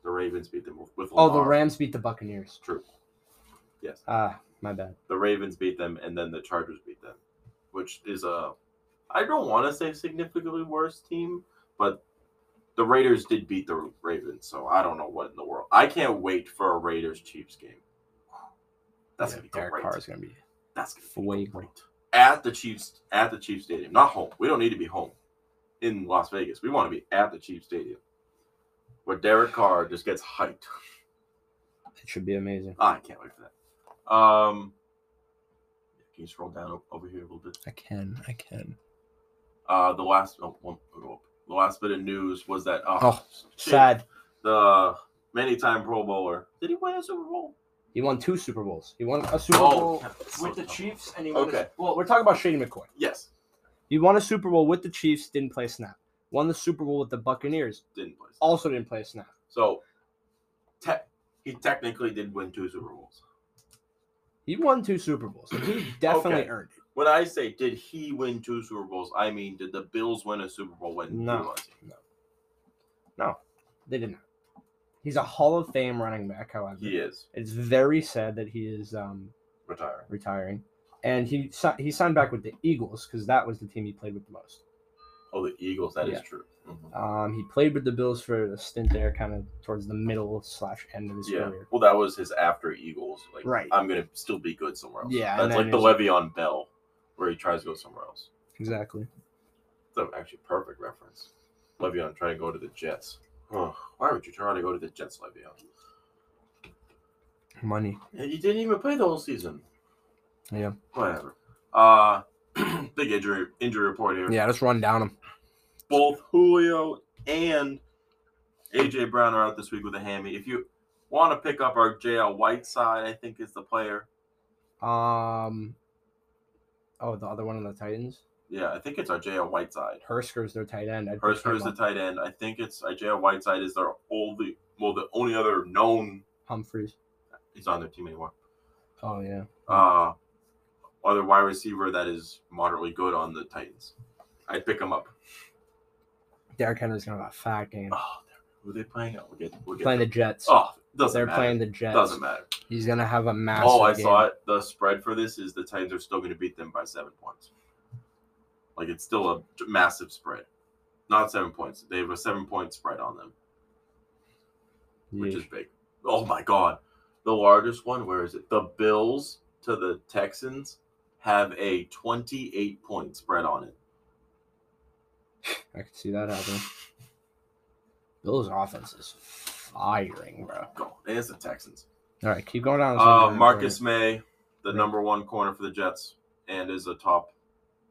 Speaker 2: The Ravens beat them with
Speaker 4: Oh, the
Speaker 2: Lamar.
Speaker 4: Rams beat the Buccaneers.
Speaker 2: True. Yes,
Speaker 4: Ah, my bad.
Speaker 2: the Ravens beat them, and then the Chargers beat them, which is a. I don't want to say significantly worse team, but the Raiders did beat the Ravens, so I don't know what in the world. I can't wait for a Raiders Chiefs game. That's gonna be
Speaker 4: Derek
Speaker 2: great.
Speaker 4: Carr is gonna be
Speaker 2: That's gonna be
Speaker 4: Flagrant.
Speaker 2: great. At the Chiefs, at the Chiefs Stadium, not home. We don't need to be home in Las Vegas. We want to be at the Chiefs Stadium, where Derek Carr just gets hyped.
Speaker 4: It should be amazing.
Speaker 2: Ah, I can't wait for that. Um, can you scroll down o- over here a little bit?
Speaker 4: I can. I can.
Speaker 2: Uh, the last, oh, one, oh, the last bit of news was that uh,
Speaker 4: Oh, Sad.
Speaker 2: the many-time Pro Bowler did he win a Super Bowl?
Speaker 4: He won two Super Bowls. He won a Super
Speaker 2: Oh,
Speaker 4: Bowl
Speaker 2: yeah, that's so
Speaker 4: with the
Speaker 2: tough.
Speaker 4: Chiefs, and he won. a-
Speaker 2: Okay.
Speaker 4: well, we're talking about Shady McCoy.
Speaker 2: Yes,
Speaker 4: He won a Super Bowl with the Chiefs, didn't play a snap. Won the Super Bowl with the Buccaneers,
Speaker 2: didn't play.
Speaker 4: also didn't play a snap.
Speaker 2: So, te- he technically did win two Super Bowls.
Speaker 4: He won two Super Bowls. so he definitely
Speaker 2: Okay.
Speaker 4: earned it.
Speaker 2: When I say did he win two Super Bowls, I mean did the Bills win a Super Bowl when
Speaker 4: No.
Speaker 2: he was?
Speaker 4: They did not. He's a Hall of Fame running back, however.
Speaker 2: He is
Speaker 4: It's very sad that he is um,
Speaker 2: retiring.
Speaker 4: retiring. And he si- he signed back with the Eagles because that was the team he played with the most.
Speaker 2: Oh, the Eagles. That is
Speaker 4: Yeah.
Speaker 2: true. Mhm.
Speaker 4: Um, he played with the Bills for a stint there, kind of towards the middle slash end of his
Speaker 2: Yeah.
Speaker 4: career.
Speaker 2: Well, that was his after Eagles. Like,
Speaker 4: Right.
Speaker 2: I'm gonna still be good somewhere else.
Speaker 4: Yeah, and
Speaker 2: That's
Speaker 4: then
Speaker 2: like the
Speaker 4: it's-
Speaker 2: Le'Veon Bell, where he tries to go somewhere else.
Speaker 4: Exactly.
Speaker 2: That's an actually perfect reference. Le'Veon trying to go to the Jets. Ugh, why would you try to go to the Jets, Le'Veon?
Speaker 4: Money.
Speaker 2: Yeah, You didn't even play the whole season.
Speaker 4: Yeah.
Speaker 2: Whatever. Uh big injury injury report here.
Speaker 4: Yeah, just run down him.
Speaker 2: Both Julio and AJ Brown are out this week with a hammy. If you want to pick up our JL Whiteside, I think is the player.
Speaker 4: Um. Oh, the other one on the Titans.
Speaker 2: Yeah, I think it's our JL Whiteside.
Speaker 4: Hersker's their tight end. I'd pick
Speaker 2: Hursker
Speaker 4: him
Speaker 2: is the
Speaker 4: up.
Speaker 2: tight end. I think it's Isaiah Whiteside is their only well the only other known
Speaker 4: Humphreys.
Speaker 2: he's on their team anymore.
Speaker 4: Oh yeah.
Speaker 2: Uh other wide receiver that is moderately good on the Titans. I'd pick him up.
Speaker 4: Derrick Henry's gonna have a fat game.
Speaker 2: Oh, who are they playing? Oh, we'll get we'll get
Speaker 4: Playing the Jets.
Speaker 2: Oh, doesn't
Speaker 4: They're
Speaker 2: matter.
Speaker 4: playing the Jets.
Speaker 2: Doesn't matter.
Speaker 4: He's gonna have a massive.
Speaker 2: Oh, I
Speaker 4: game.
Speaker 2: saw it. The spread for this is the Titans are still going to beat them by seven points. Like it's still a j- massive spread. Not seven points. They have a seven point spread on them, which
Speaker 4: Yeah.
Speaker 2: is big. Oh my god, the largest one. Where is it? The Bills to the Texans have a twenty eight point spread on it.
Speaker 4: I could see that happening. Bills' offense is firing, bro.
Speaker 2: Go. And it's the Texans.
Speaker 4: All right, keep going down. this
Speaker 2: Uh,
Speaker 4: injury
Speaker 2: Marcus
Speaker 4: report.
Speaker 2: May, the
Speaker 4: Right.
Speaker 2: number one corner for the Jets, and is a top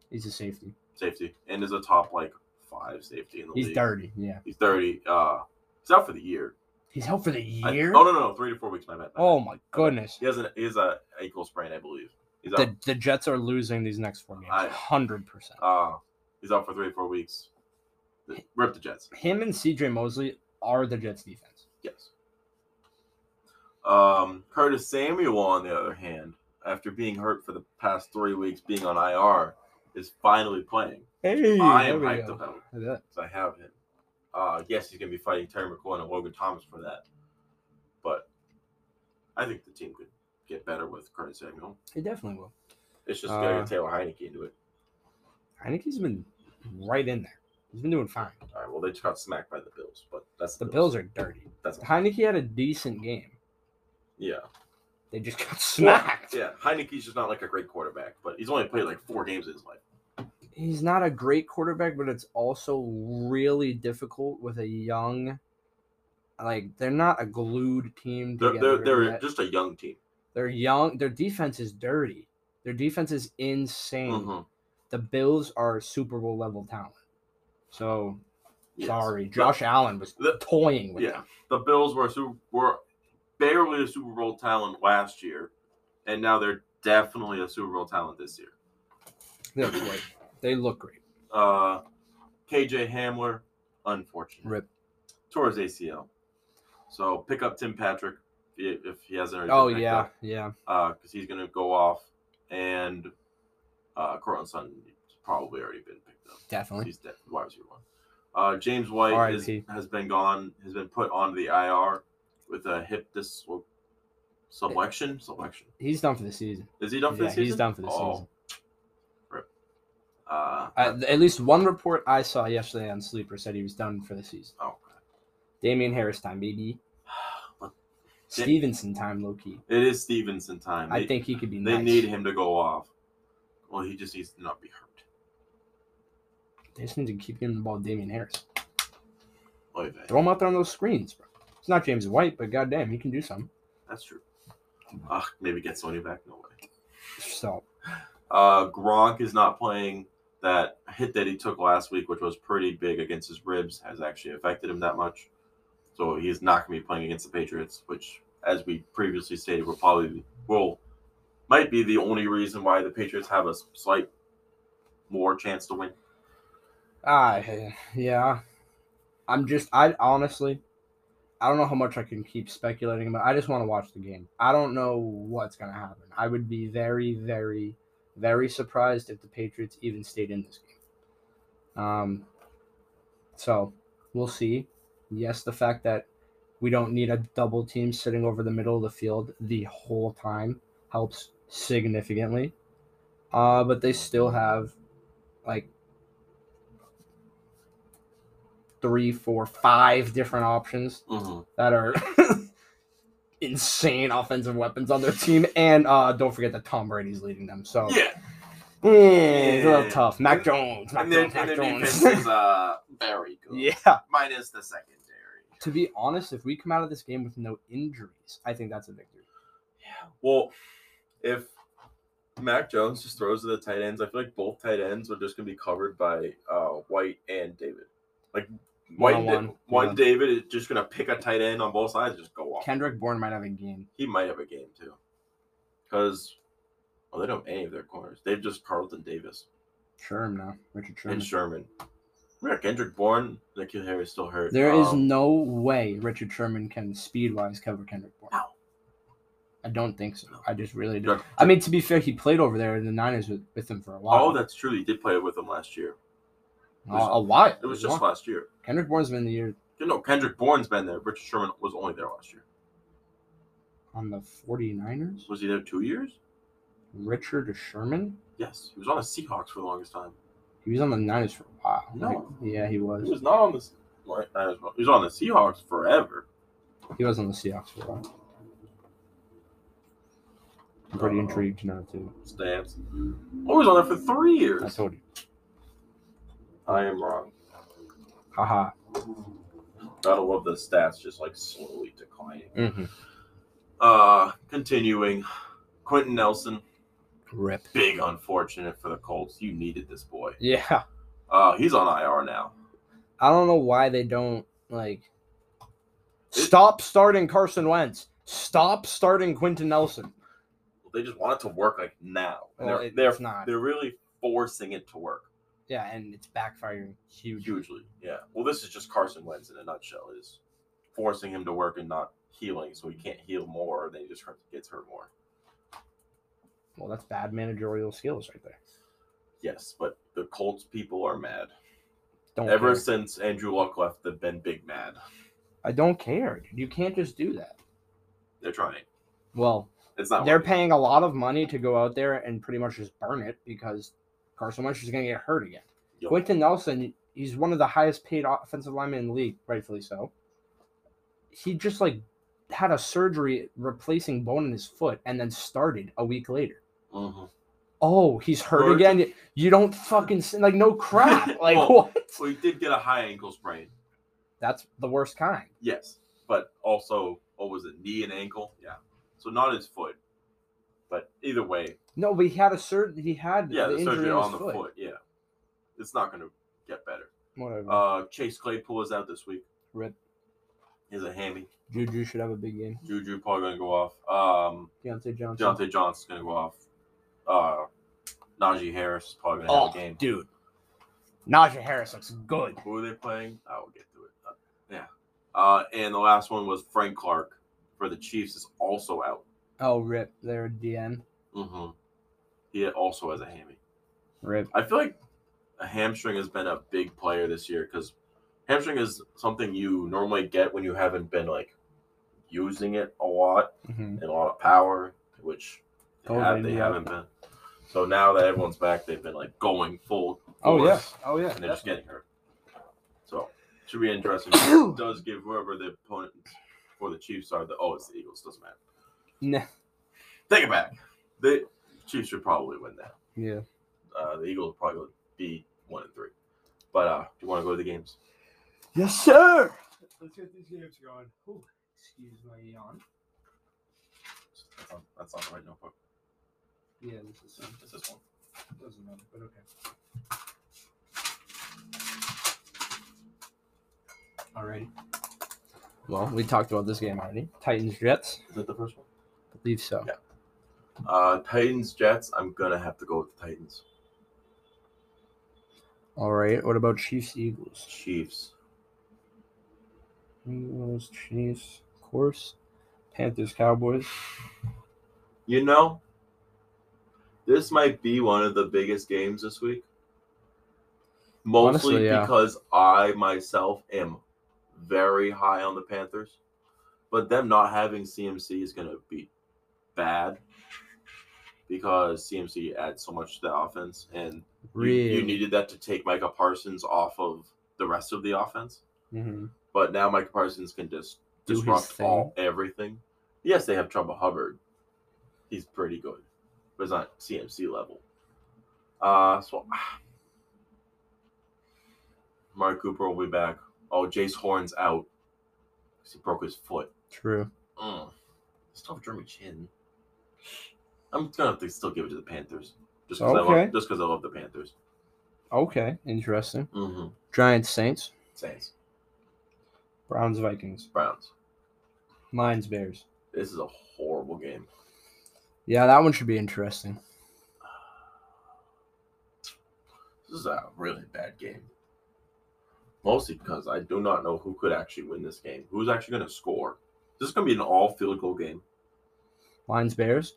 Speaker 4: He's a safety.
Speaker 2: safety, and is a top like five safety in the
Speaker 4: He's
Speaker 2: league.
Speaker 4: dirty. Yeah.
Speaker 2: He's 30. Uh, he's out for the year.
Speaker 4: He's out for the
Speaker 2: I-
Speaker 4: year.
Speaker 2: oh no, no, no, three to four weeks. My bad. my
Speaker 4: Oh
Speaker 2: bad.
Speaker 4: my goodness.
Speaker 2: He has an he has a ankle sprain, I believe. He's out.
Speaker 4: The, the Jets are losing these next four games.
Speaker 2: I-
Speaker 4: Hundred percent.
Speaker 2: uh, he's out for three to four weeks. The- Rip the Jets.
Speaker 4: Him and CJ Mosley are the Jets defense.
Speaker 2: Yes. Um, Curtis Samuel, on the other hand, after being hurt for the past three weeks, being on IR, is finally playing.
Speaker 4: Hey,
Speaker 2: I am hyped about him.
Speaker 4: That-
Speaker 2: because I have him. Uh, yes, he's going to be fighting Terry McLaurin and Logan Thomas for that. But I think the team could get better with Curtis Samuel.
Speaker 4: He definitely will.
Speaker 2: It's just going to
Speaker 4: Uh,
Speaker 2: get Taylor Heineke into it.
Speaker 4: I think he's been right in there. He's been doing fine.
Speaker 2: All right, well, they just got smacked by the Bills, but that's
Speaker 4: The Bills are dirty.
Speaker 2: That's
Speaker 4: Heineke had a decent game.
Speaker 2: yeah,
Speaker 4: They just got smacked.
Speaker 2: yeah. Heineke's just not like a great quarterback, but he's only played like four games in his life.
Speaker 4: he's not a great quarterback, but it's also really difficult with a young, like they're not a glued team.
Speaker 2: They're
Speaker 4: together
Speaker 2: they're, they're
Speaker 4: yet.
Speaker 2: just a young team.
Speaker 4: They're young. Their defense is dirty. Their defense is insane.
Speaker 2: Mhm.
Speaker 4: The Bills are Super Bowl level talent. So
Speaker 2: Yes.
Speaker 4: sorry, Josh Allen was
Speaker 2: The-
Speaker 4: toying with
Speaker 2: Yeah,
Speaker 4: them.
Speaker 2: the Bills were super, were barely a Super Bowl talent last year, and now they're definitely a Super Bowl talent this year.
Speaker 4: They're great. They look great.
Speaker 2: Uh, KJ Hamler, unfortunate.
Speaker 4: Rip.
Speaker 2: Tore his ACL. So pick up Tim Patrick i- if he hasn't already.
Speaker 4: Oh
Speaker 2: been picked
Speaker 4: yeah,
Speaker 2: up,
Speaker 4: yeah.
Speaker 2: uh, because he's gonna go off, and uh, Cortland Sutton's probably already been picked up.
Speaker 4: Definitely.
Speaker 2: He's dead. Why was he one? Uh, James White is,
Speaker 4: RIP.
Speaker 2: has been gone. Has been put on the IR with a hip dislo- sublection. Sublection.
Speaker 4: He's done for the season.
Speaker 2: Is he done for
Speaker 4: yeah,
Speaker 2: the season?
Speaker 4: he's done for the
Speaker 2: Oh,
Speaker 4: season.
Speaker 2: Uh,
Speaker 4: Uh, at least one report I saw yesterday on Sleeper said he was done for the season.
Speaker 2: oh,
Speaker 4: Damian Harris time, baby.
Speaker 2: but
Speaker 4: Stevenson time, low key.
Speaker 2: it is Stevenson time.
Speaker 4: I
Speaker 2: They-
Speaker 4: think he could be.
Speaker 2: They
Speaker 4: nice.
Speaker 2: need him to go off. Well, he just needs to not be hurt.
Speaker 4: They just need to keep giving the ball, to Damian Harris.
Speaker 2: Oy vey.
Speaker 4: Throw him out there on those screens, bro. It's not James White, but goddamn, he can do something.
Speaker 2: That's true. Ugh, maybe get Sony back. No way.
Speaker 4: So
Speaker 2: Uh, Gronk is not playing. That hit that he took last week, which was pretty big against his ribs, has actually affected him that much. So he is not going to be playing against the Patriots, which, as we previously stated, will probably will might be the only reason why the Patriots have a slight more chance to win.
Speaker 4: I, yeah, I'm just, I honestly, I don't know how much I can keep speculating about. I just want to watch the game. I don't know what's gonna happen. I would be very, very, very surprised if the Patriots even stayed in this game. Um, so we'll see. Yes, the fact that we don't need a double team sitting over the middle of the field the whole time helps significantly. Uh, but they still have like three, four, five different options
Speaker 2: Mhm.
Speaker 4: that are insane offensive weapons on their team. And uh, don't forget that Tom Brady's leading them. So
Speaker 2: Yeah,
Speaker 4: Mm, it's a little
Speaker 2: Yeah.
Speaker 4: tough. Mac Jones. Mac
Speaker 2: and their,
Speaker 4: Jones.
Speaker 2: and
Speaker 4: Mac
Speaker 2: their defense
Speaker 4: Jones.
Speaker 2: is uh, very good.
Speaker 4: yeah.
Speaker 2: minus the secondary.
Speaker 4: To be honest, if we come out of this game with no injuries, I think that's a victory.
Speaker 2: Well, if Mac Jones just throws to the tight ends, I feel like both tight ends are just gonna be covered by uh, White and David. Like White, and Da-
Speaker 4: One-on-one.
Speaker 2: White
Speaker 4: Yeah.
Speaker 2: and David is just gonna pick a tight end on both sides, and just go off.
Speaker 4: Kendrick Bourne might have a game.
Speaker 2: he might have a game too, because well, they don't have any of their corners. They've just Carlton Davis
Speaker 4: Sherm now. Richard
Speaker 2: and
Speaker 4: Sherman.
Speaker 2: Sherman. Yeah, Kendrick Bourne, Nikhil Harry's still hurt.
Speaker 4: There is
Speaker 2: Um,
Speaker 4: no way Richard Sherman can speed wise cover Kendrick Bourne.
Speaker 2: No.
Speaker 4: I don't think so. I just really don't.
Speaker 2: Jack-
Speaker 4: I mean, to be fair, he played over there in the Niners with, with him for a while.
Speaker 2: Oh, that's true. He did play with him last year.
Speaker 4: A- a while.
Speaker 2: It was
Speaker 4: A
Speaker 2: just
Speaker 4: while.
Speaker 2: last year.
Speaker 4: Kendrick Bourne's been the year
Speaker 2: You know, Kendrick Bourne's been there. Richard Sherman was only there last year.
Speaker 4: on the 49ers.
Speaker 2: Was he there two years?
Speaker 4: Richard Sherman.
Speaker 2: Yes, he was on the Seahawks for the longest time.
Speaker 4: He was on the Niners for a while.
Speaker 2: No.
Speaker 4: Like, yeah, he was.
Speaker 2: He was not on the Se- well, not as well. He was on the Seahawks forever.
Speaker 4: He was on the Seahawks for a while. I'm pretty
Speaker 2: Uh-oh.
Speaker 4: intrigued now too.
Speaker 2: Stamps. Oh, he was on there for three
Speaker 4: I
Speaker 2: years.
Speaker 4: told you.
Speaker 2: I am wrong.
Speaker 4: Haha.
Speaker 2: Gotta love the stats just like slowly declining.
Speaker 4: Mm-hmm.
Speaker 2: Uh, continuing. Quentin Nelson,
Speaker 4: Rip.
Speaker 2: big unfortunate for the Colts. You needed this boy.
Speaker 4: Yeah.
Speaker 2: Uh, he's on IR now.
Speaker 4: I don't know why they don't like stop starting Carson Wentz. Stop starting Quinton Nelson.
Speaker 2: They just want it to work like now. And
Speaker 4: Well,
Speaker 2: they're
Speaker 4: it-
Speaker 2: they're
Speaker 4: it's not.
Speaker 2: they're really forcing it to work.
Speaker 4: Yeah, and it's backfiring huge.
Speaker 2: Hugely, yeah. Well, this is just Carson Wentz in a nutshell. Is forcing him to work and not healing, so he can't heal more. Then he just hurt- gets hurt more.
Speaker 4: Well, that's bad managerial skills right there.
Speaker 2: Yes, but the Colts people are mad.
Speaker 4: Don't
Speaker 2: Ever
Speaker 4: care.
Speaker 2: since Andrew Luck left, they've been big mad.
Speaker 4: I don't care. Dude. You can't just do that.
Speaker 2: They're trying.
Speaker 4: Well,
Speaker 2: It's not.
Speaker 4: they're
Speaker 2: working.
Speaker 4: paying a lot of money to go out there and pretty much just burn it because Carson Wentz is going to get hurt again.
Speaker 2: Yup.
Speaker 4: Quentin Nelson, he's one of the highest paid offensive linemen in the league, rightfully so. He just like had a surgery replacing bone in his foot and then started a week later.
Speaker 2: Mhm.
Speaker 4: Oh, he's hurt
Speaker 2: Hurt.
Speaker 4: again. You don't fucking s- like no crap. Like
Speaker 2: Well-
Speaker 4: what?
Speaker 2: So he did get a high ankle sprain.
Speaker 4: That's the worst kind.
Speaker 2: Yes, but also, what was it? Knee and ankle. Yeah. So not his foot, but either way,
Speaker 4: No, but he had a sur- he had
Speaker 2: yeah,
Speaker 4: the,
Speaker 2: the,
Speaker 4: injury
Speaker 2: surgery
Speaker 4: in his
Speaker 2: on the
Speaker 4: foot.
Speaker 2: foot. Yeah, it's not going to get better.
Speaker 4: Whatever.
Speaker 2: Uh, Chase Claypool is out this week.
Speaker 4: Rip.
Speaker 2: Is a hammy.
Speaker 4: Juju should have a big game.
Speaker 2: Juju probably gonna go off. Um,
Speaker 4: Deontay Johnson.
Speaker 2: Deontay Johnson's gonna go off. Uh, Najee Harris is probably gonna have
Speaker 4: Oh,
Speaker 2: a game.
Speaker 4: dude. Najee Harris looks good.
Speaker 2: Who are they playing? I will get to it. Uh, yeah. Uh, and the last one was Frank Clark for the Chiefs is also out.
Speaker 4: Oh, rip. They're DN.
Speaker 2: Mm-hmm. He also has a hammy.
Speaker 4: Rip.
Speaker 2: I feel like a hamstring has been a big player this year because hamstring is something you normally get when you haven't been like using it a lot.
Speaker 4: Mhm.
Speaker 2: and a lot of power, which they,
Speaker 4: Oh,
Speaker 2: have,
Speaker 4: they
Speaker 2: they
Speaker 4: do.
Speaker 2: haven't been. So now that everyone's back, they've been like going full.
Speaker 4: Oh, yeah.
Speaker 2: force,
Speaker 4: Oh, yeah.
Speaker 2: and they're just getting hurt. So should be interesting. It does give whoever the opponent for the Chiefs are the oh it's the Eagles doesn't matter.
Speaker 4: Nah.
Speaker 2: Take it back. The Chiefs should probably win that.
Speaker 4: Yeah.
Speaker 2: Uh, the Eagles probably would be one and three. But uh, do you want to go to the games?
Speaker 4: Yes, sir. Let's get these games going. excuse my yawn.
Speaker 2: That's not, that's not the right notebook.
Speaker 4: Yeah, this is
Speaker 2: It's this one.
Speaker 4: doesn't matter, but okay. Alrighty. Well, we talked about this game already. Titans Jets.
Speaker 2: Is that the first one?
Speaker 4: believe so.
Speaker 2: Yeah. Uh, Titans Jets. I'm gonna have to go with the Titans.
Speaker 4: All right. What about Chiefs Eagles?
Speaker 2: Chiefs.
Speaker 4: Eagles, Chiefs, of course. Panthers, Cowboys.
Speaker 2: You know, this might be one of the biggest games this week. Mostly
Speaker 4: Honestly, yeah.
Speaker 2: because I myself am very high on the Panthers. But them not having CMC is going to be bad because CMC adds so much to the offense. And you, you
Speaker 4: Really?
Speaker 2: needed that to take Micah Parsons off of the rest of the offense.
Speaker 4: hmm
Speaker 2: But now Micah Parsons can just
Speaker 4: Do his
Speaker 2: disrupt all everything. Yes, they have Trouble Hubbard. He's pretty good, but it's not CMC level. Uh, so Mark Cooper will be back. Oh, Jace Horn's out 'cause he broke his foot.
Speaker 4: True.
Speaker 2: Mm. Stuff Jeremy Chin. I'm gonna have to still give it to the Panthers, just because I
Speaker 4: Okay.
Speaker 2: love just because I love the Panthers.
Speaker 4: Okay. Interesting.
Speaker 2: Mm-hmm.
Speaker 4: Giants, Saints,
Speaker 2: Saints,
Speaker 4: Browns, Vikings,
Speaker 2: Browns.
Speaker 4: Lions, Bears.
Speaker 2: This is a horrible game.
Speaker 4: Yeah, that one should be interesting.
Speaker 2: This is a really bad game. Mostly because I do not know who could actually win this game. Who's actually going to score? This is going to be an all field goal game.
Speaker 4: Lions, Bears.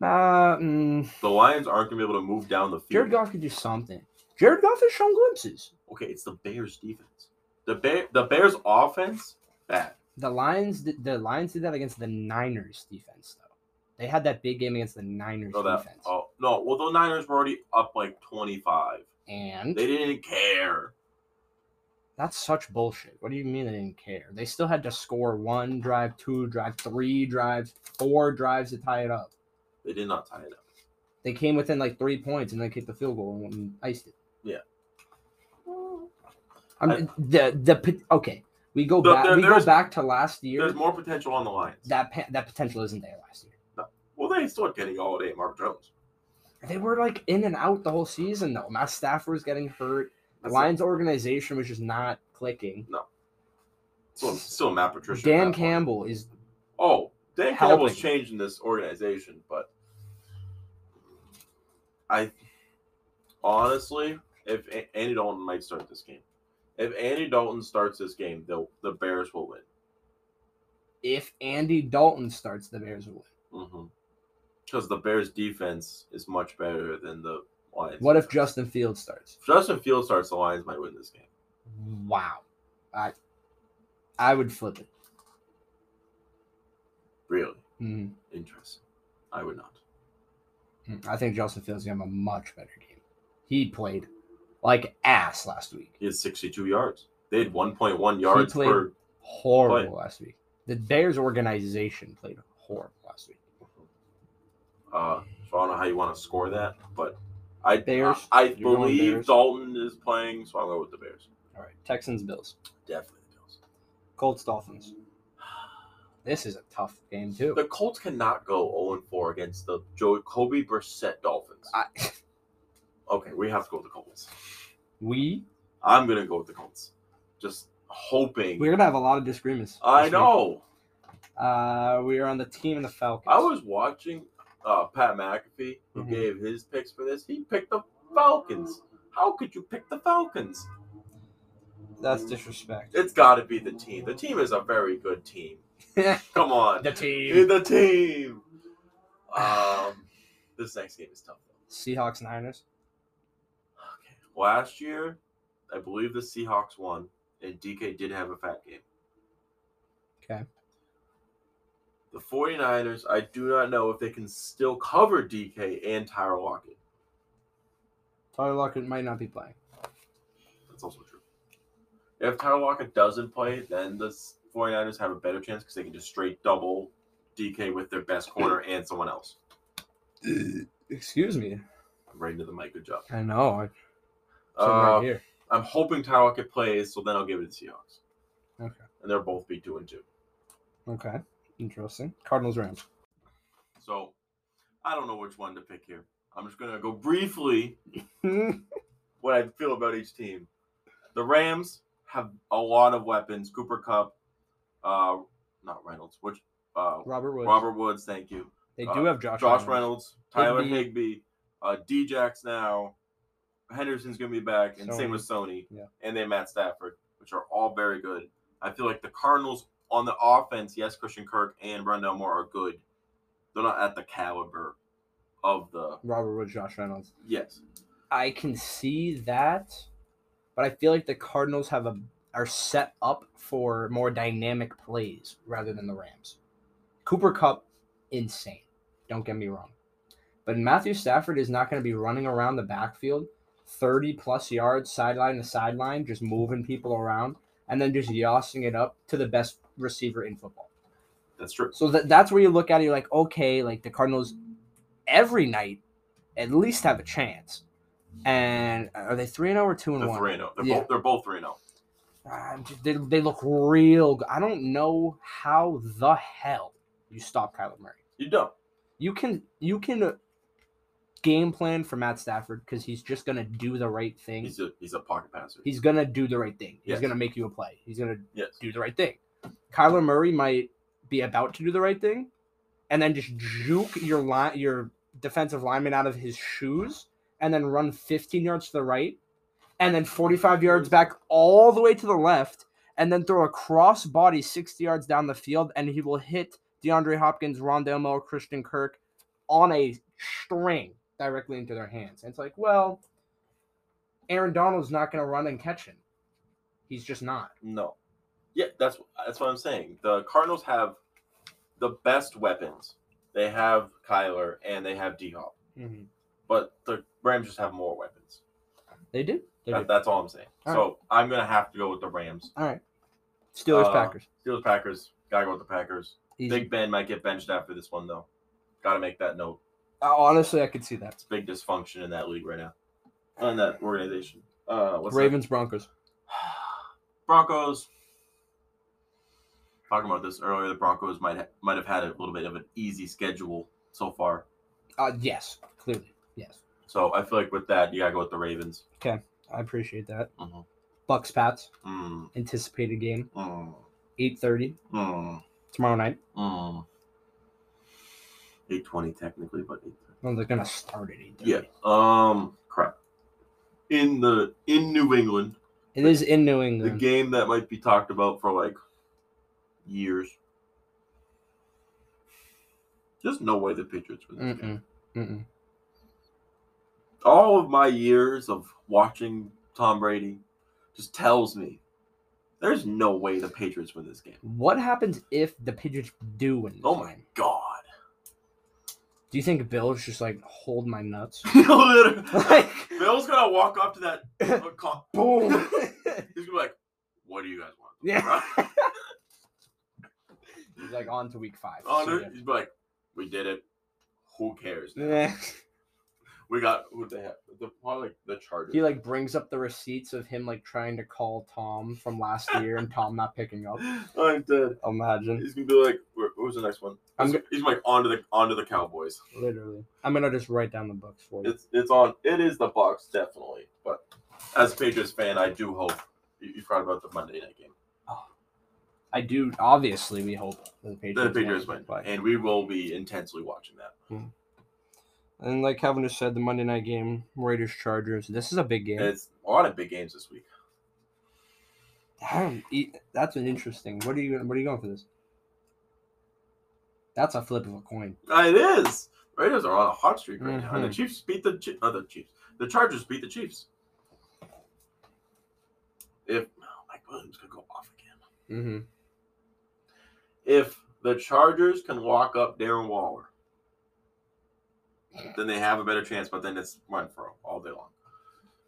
Speaker 4: Uh, mm,
Speaker 2: The Lions aren't going to be able to move down the
Speaker 4: Jared
Speaker 2: field.
Speaker 4: Goff could do something. Jared Goff has shown glimpses.
Speaker 2: Okay, it's the Bears defense. The Bear, the Bears offense bad.
Speaker 4: The Lions, did, the Lions did that against the Niners defense, though. They had that big game against the Niners
Speaker 2: No, that,
Speaker 4: defense,
Speaker 2: oh, no, well, the Niners were already up like 25.
Speaker 4: and
Speaker 2: They didn't care.
Speaker 4: that's such bullshit. What do you mean they didn't care? They still had to score one drive, two drive, three drives, four drives to tie it up.
Speaker 2: They did not tie it up.
Speaker 4: They came within like three points and then kicked the field goal and and iced it.
Speaker 2: Yeah.
Speaker 4: I mean, the the pot- okay. We go
Speaker 2: There-
Speaker 4: back.
Speaker 2: there-
Speaker 4: we go
Speaker 2: there's-
Speaker 4: back to last year.
Speaker 2: There's more potential on the Lions.
Speaker 4: That pa- that potential isn't there last year.
Speaker 2: Well, they still getting all day Mark Jones.
Speaker 4: They were like in and out the whole season though. Matt Stafford was getting hurt. The
Speaker 2: That's
Speaker 4: Lions organization was just not clicking.
Speaker 2: Still, still Matt Patricia. at
Speaker 4: Dan
Speaker 2: that point.
Speaker 4: Campbell is
Speaker 2: Oh, Dan
Speaker 4: Helping.
Speaker 2: Campbell's changing this organization, but I honestly, if A- Andy Dalton might start this game, if Andy Dalton starts this game, the the Bears will win.
Speaker 4: if Andy Dalton starts, the Bears will win.
Speaker 2: Because Mm-hmm. the Bears defense is much better than the Lions.
Speaker 4: What if Justin Fields starts?
Speaker 2: If Justin Fields starts? The Lions might win this game.
Speaker 4: Wow, I I would flip it.
Speaker 2: Really
Speaker 4: Mhm.
Speaker 2: interesting. I would not.
Speaker 4: Mm, I think Justin Fields is gonna have a much better game. He played like ass last week.
Speaker 2: He had sixty-two yards. They had one point one yards
Speaker 4: played-
Speaker 2: per.
Speaker 4: Horrible last week. The Bears organization played horrible last week.
Speaker 2: Uh, so I don't know how you want to score that, but I
Speaker 4: Bears?
Speaker 2: I, I
Speaker 4: You're going
Speaker 2: believe
Speaker 4: Bears?
Speaker 2: Dalton is playing, so I'll go with the Bears.
Speaker 4: All right. Texans, Bills.
Speaker 2: Definitely the Bills.
Speaker 4: Colts, Dolphins. This is a tough game too.
Speaker 2: The Colts cannot go 0 4 against the Joe Kobe Brissett Dolphins.
Speaker 4: I,
Speaker 2: Okay, we have to go with the Colts.
Speaker 4: we
Speaker 2: I'm gonna go with the Colts. Just hoping.
Speaker 4: we're gonna have a lot of disagreements.
Speaker 2: I
Speaker 4: this
Speaker 2: know.
Speaker 4: week. Uh, we are on the team and the Falcons.
Speaker 2: I was watching uh, Pat McAfee, who
Speaker 4: Mhm.
Speaker 2: gave his picks for this. He picked the Falcons. How could you pick the Falcons?
Speaker 4: That's disrespect.
Speaker 2: It's got to be the team. The team is a very good team. Come on.
Speaker 4: the team.
Speaker 2: the team. Um, this next game is tough.
Speaker 4: Seahawks, Niners.
Speaker 2: Okay. Last year, I believe the Seahawks won, and DK did have a fat game.
Speaker 4: Okay.
Speaker 2: The 49ers, I do not know if they can still cover DK and Tyler Lockett.
Speaker 4: Tyler Lockett might not be playing.
Speaker 2: That's also true. If Tyler Lockett doesn't play, then the 49ers have a better chance because they can just straight double DK with their best corner and someone else.
Speaker 4: Excuse me.
Speaker 2: Right into the mic. Good job.
Speaker 4: I know. I- it's
Speaker 2: Uh,
Speaker 4: right here.
Speaker 2: I'm hoping Tyler Lockett plays, so then I'll give it to Seahawks.
Speaker 4: Okay.
Speaker 2: And they'll both be two and two.
Speaker 4: Okay. Interesting. Cardinals Rams.
Speaker 2: So I don't know which one to pick here. I'm just gonna go briefly what I feel about each team. The Rams have a lot of weapons. Cooper Cup, uh not Reynolds, which uh
Speaker 4: Robert Woods.
Speaker 2: Robert Woods, thank you.
Speaker 4: they
Speaker 2: uh,
Speaker 4: do have Josh.
Speaker 2: Josh Reynolds, Tyler
Speaker 4: Higbee.
Speaker 2: Higby, uh Djax now, Henderson's gonna be back, and same
Speaker 4: Sony.
Speaker 2: with Sony.
Speaker 4: Yeah.
Speaker 2: And then Matt Stafford, which are all very good. I feel like the Cardinals on the offense, yes, Christian Kirk and Rondell Moore are good. They're not at the caliber of the
Speaker 4: Robert Woods, Josh Reynolds.
Speaker 2: yes.
Speaker 4: I can see that, but I feel like the Cardinals have a are set up for more dynamic plays rather than the Rams. Cooper Cup, insane. Don't get me wrong. But Matthew Stafford is not going to be running around the backfield 30 plus yards, sideline to sideline, just moving people around. and then just yossing it up to the best receiver in football.
Speaker 2: That's true.
Speaker 4: So that, that's where you look at it, you're like, okay, like the Cardinals every night at least have a chance. And are they 3 0 or 2
Speaker 2: They're
Speaker 4: and 1?
Speaker 2: three and zero. They're
Speaker 4: Yeah.
Speaker 2: both they're both three and oh. zero.
Speaker 4: I'm just, they, they look real good. I don't know how the hell you stop Kyler Murray.
Speaker 2: You don't.
Speaker 4: You can you can game plan for Matt Stafford because he's just gonna do the right thing.
Speaker 2: He's a he's a pocket passer.
Speaker 4: He's gonna do the right thing. He's
Speaker 2: Yes.
Speaker 4: gonna make you a play. He's gonna
Speaker 2: yes.
Speaker 4: do the right thing. Kyler Murray might be about to do the right thing, and then just juke your line, your defensive lineman out of his shoes, and then run 15 yards to the right, and then 45 yards back all the way to the left, and then throw a crossbody 60 yards down the field, and he will hit DeAndre Hopkins, Rondell Moore, Christian Kirk on a string directly into their hands. And it's like, well, Aaron Donald's not going to run and catch him. He's just not.
Speaker 2: No. Yeah, that's that's what I'm saying. The Cardinals have the best weapons. They have Kyler and they have D Hop, but the Rams just have more weapons.
Speaker 4: They do. They
Speaker 2: That,
Speaker 4: do.
Speaker 2: that's all I'm saying.
Speaker 4: All
Speaker 2: so I'm gonna have to go with the Rams.
Speaker 4: All right. Steelers
Speaker 2: Uh,
Speaker 4: Packers.
Speaker 2: Steelers, Packers. Gotta go with the Packers.
Speaker 4: Easy.
Speaker 2: Big Ben might get benched after this one though. Gotta make that note.
Speaker 4: Uh, honestly, I could see that.
Speaker 2: It's big dysfunction in that league right now, in that organization. Uh, what's that?
Speaker 4: Ravens Broncos.
Speaker 2: Broncos. Talking about this earlier, the Broncos might ha- might have had a little bit of an easy schedule so far.
Speaker 4: Uh, yes, clearly. Yes.
Speaker 2: So I feel like with that, you gotta go with the Ravens.
Speaker 4: I appreciate that.
Speaker 2: Mhm.
Speaker 4: Bucks Pats
Speaker 2: Mm,
Speaker 4: anticipated game
Speaker 2: mm,
Speaker 4: 8:30
Speaker 2: mm,
Speaker 4: tomorrow night.
Speaker 2: mm. Eight twenty technically, but 8:30.
Speaker 4: Well, they're gonna start at 8:30.
Speaker 2: yeah. Um, crap. In the in New England,
Speaker 4: It is in New
Speaker 2: the
Speaker 4: England.
Speaker 2: game that might be talked about for like years. There's no way the Patriots win this game.
Speaker 4: Mm-mm. Mm-mm.
Speaker 2: all of my years of watching Tom Brady just tells me there's no way the Patriots win this game.
Speaker 4: What happens if the Patriots do win? this
Speaker 2: Oh my
Speaker 4: game?
Speaker 2: god.
Speaker 4: Do you think Bill's just like hold my nuts?
Speaker 2: Literally.
Speaker 4: like
Speaker 2: Bill's gonna walk up to that uh, con-
Speaker 4: boom.
Speaker 2: He's gonna be like, What do you guys want?
Speaker 4: yeah. He's like on to week five.
Speaker 2: Oh, no.
Speaker 4: See ya.
Speaker 2: He's be like, We did it. Who cares? now?"
Speaker 4: Yeah.
Speaker 2: We got who they have the probably like the Chargers.
Speaker 4: He like brings up the receipts of him like trying to call Tom from last year and Tom not picking up.
Speaker 2: I'm dead.
Speaker 4: Imagine.
Speaker 2: He's gonna be like, where, what was the next one?
Speaker 4: I'm
Speaker 2: He's, he's like onto the onto the Cowboys.
Speaker 4: Literally. I'm gonna just write down the books for you.
Speaker 2: it's it's on it is the box definitely but as a patriots fan i do hope you, you forgot about the monday night game
Speaker 4: I do obviously we hope that the Patriots,
Speaker 2: the patriots
Speaker 4: win,
Speaker 2: win
Speaker 4: but-
Speaker 2: and we will be intensely watching that
Speaker 4: And like Kevin just said, the Monday night game, Raiders Chargers. This is a big game.
Speaker 2: and it's a lot of big games this week
Speaker 4: I don't- e- that's an interesting. What are you what are you going for this? That's a flip of a coin.
Speaker 2: Uh, it is raiders are on a hot streak right now and the
Speaker 4: Mhm.
Speaker 2: chiefs beat the Chi- uh, the chiefs the chargers beat the chiefs if oh, mike williams could go off again
Speaker 4: Mm-hmm.
Speaker 2: if the chargers can lock up darren waller then they have a better chance but then it's run for all day long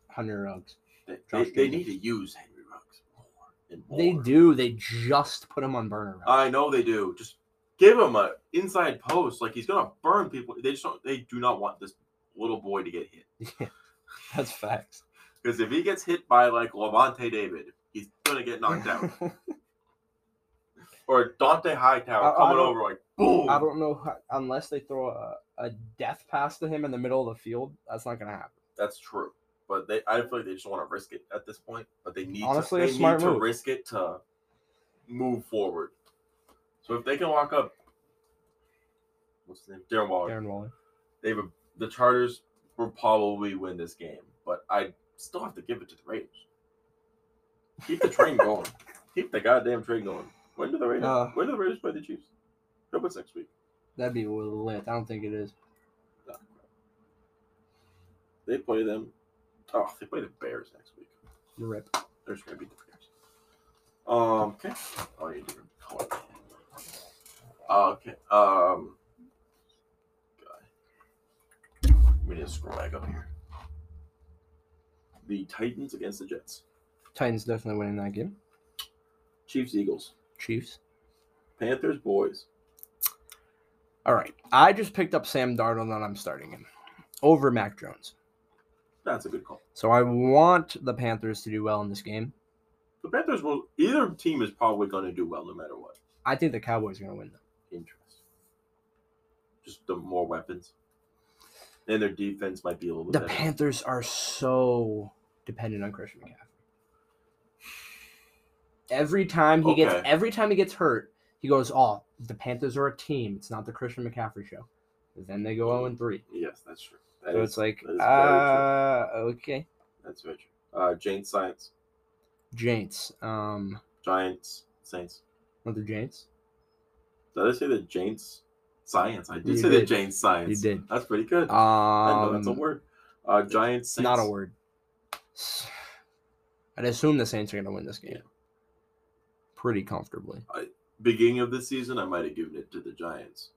Speaker 4: Hunter Ruggs.
Speaker 2: They,
Speaker 4: Josh
Speaker 2: they, they
Speaker 4: Jacobs.
Speaker 2: need to use Henry Ruggs more and more.
Speaker 4: They do. They just put him on burner. route.
Speaker 2: I know they do. Just give him a inside post. Like he's gonna burn people. They just don't. They do not want this little boy to get hit.
Speaker 4: that's facts.
Speaker 2: Because if he gets hit by like Levante David, he's gonna get knocked out. Or Dante Hightower
Speaker 4: I- I
Speaker 2: coming
Speaker 4: don't-
Speaker 2: over like boom.
Speaker 4: I don't know how, unless they throw a, a death pass to him in the middle of the field. That's not going to happen.
Speaker 2: That's true. But they, I feel like they just want to risk it at this point. But they need
Speaker 4: Honestly,
Speaker 2: to,
Speaker 4: a
Speaker 2: they
Speaker 4: smart
Speaker 2: need to
Speaker 4: move.
Speaker 2: risk it to move forward. So if they can walk up, what's his name, Darren Waller,
Speaker 4: Darren Waller.
Speaker 2: they would the Chargers will probably win this game, but I still have to give it to the Raiders. Keep the train going. Keep the goddamn train going. When do the Raiders?
Speaker 4: Uh.
Speaker 2: when do the Raiders play the Chiefs? Hope it's next week.
Speaker 4: That'd be lit. I don't think it is.
Speaker 2: No. They play them. Oh, they play the Bears next week.
Speaker 4: Rip.
Speaker 2: They're just gonna beat the Bears. Um. Okay. Oh, you different color. Okay. Um. God. We need to scroll back up here. The Titans against the Jets.
Speaker 4: Titans definitely winning that game.
Speaker 2: Chiefs, Eagles,
Speaker 4: Chiefs.
Speaker 2: Panthers, boys.
Speaker 4: All right. I just picked up Sam Darnold and I'm starting him over Mac Jones.
Speaker 2: That's a good call.
Speaker 4: So I want the Panthers to do well in this game.
Speaker 2: The Panthers will. Either team is probably going to do well no matter what.
Speaker 4: I think the Cowboys are going to win, though.
Speaker 2: Interest. Just the more weapons, and their defense might be a little
Speaker 4: The
Speaker 2: better.
Speaker 4: Panthers are so dependent on Christian McCaffrey. Every time he gets
Speaker 2: Okay.
Speaker 4: every time he gets hurt, he goes, "Oh, the Panthers are a team. It's not the Christian McCaffrey show." Then they go 0 and 3.
Speaker 2: yes, that's true. That
Speaker 4: So
Speaker 2: is-
Speaker 4: it's like,
Speaker 2: that is very true.
Speaker 4: uh, okay.
Speaker 2: that's very true. Uh, James, Saints,
Speaker 4: Jaints. Um,
Speaker 2: Giants, Saints.
Speaker 4: what the Jaints?
Speaker 2: Did I say the James Science? I did
Speaker 4: You
Speaker 2: say the
Speaker 4: did.
Speaker 2: James Science.
Speaker 4: You did.
Speaker 2: That's pretty good. I know
Speaker 4: Um,
Speaker 2: that's a word. Uh, Giants, Saints.
Speaker 4: Not a word. I'd assume the Saints are going to win this game
Speaker 2: Yeah.
Speaker 4: pretty comfortably.
Speaker 2: Beginning of the season, I might have given it to the Giants,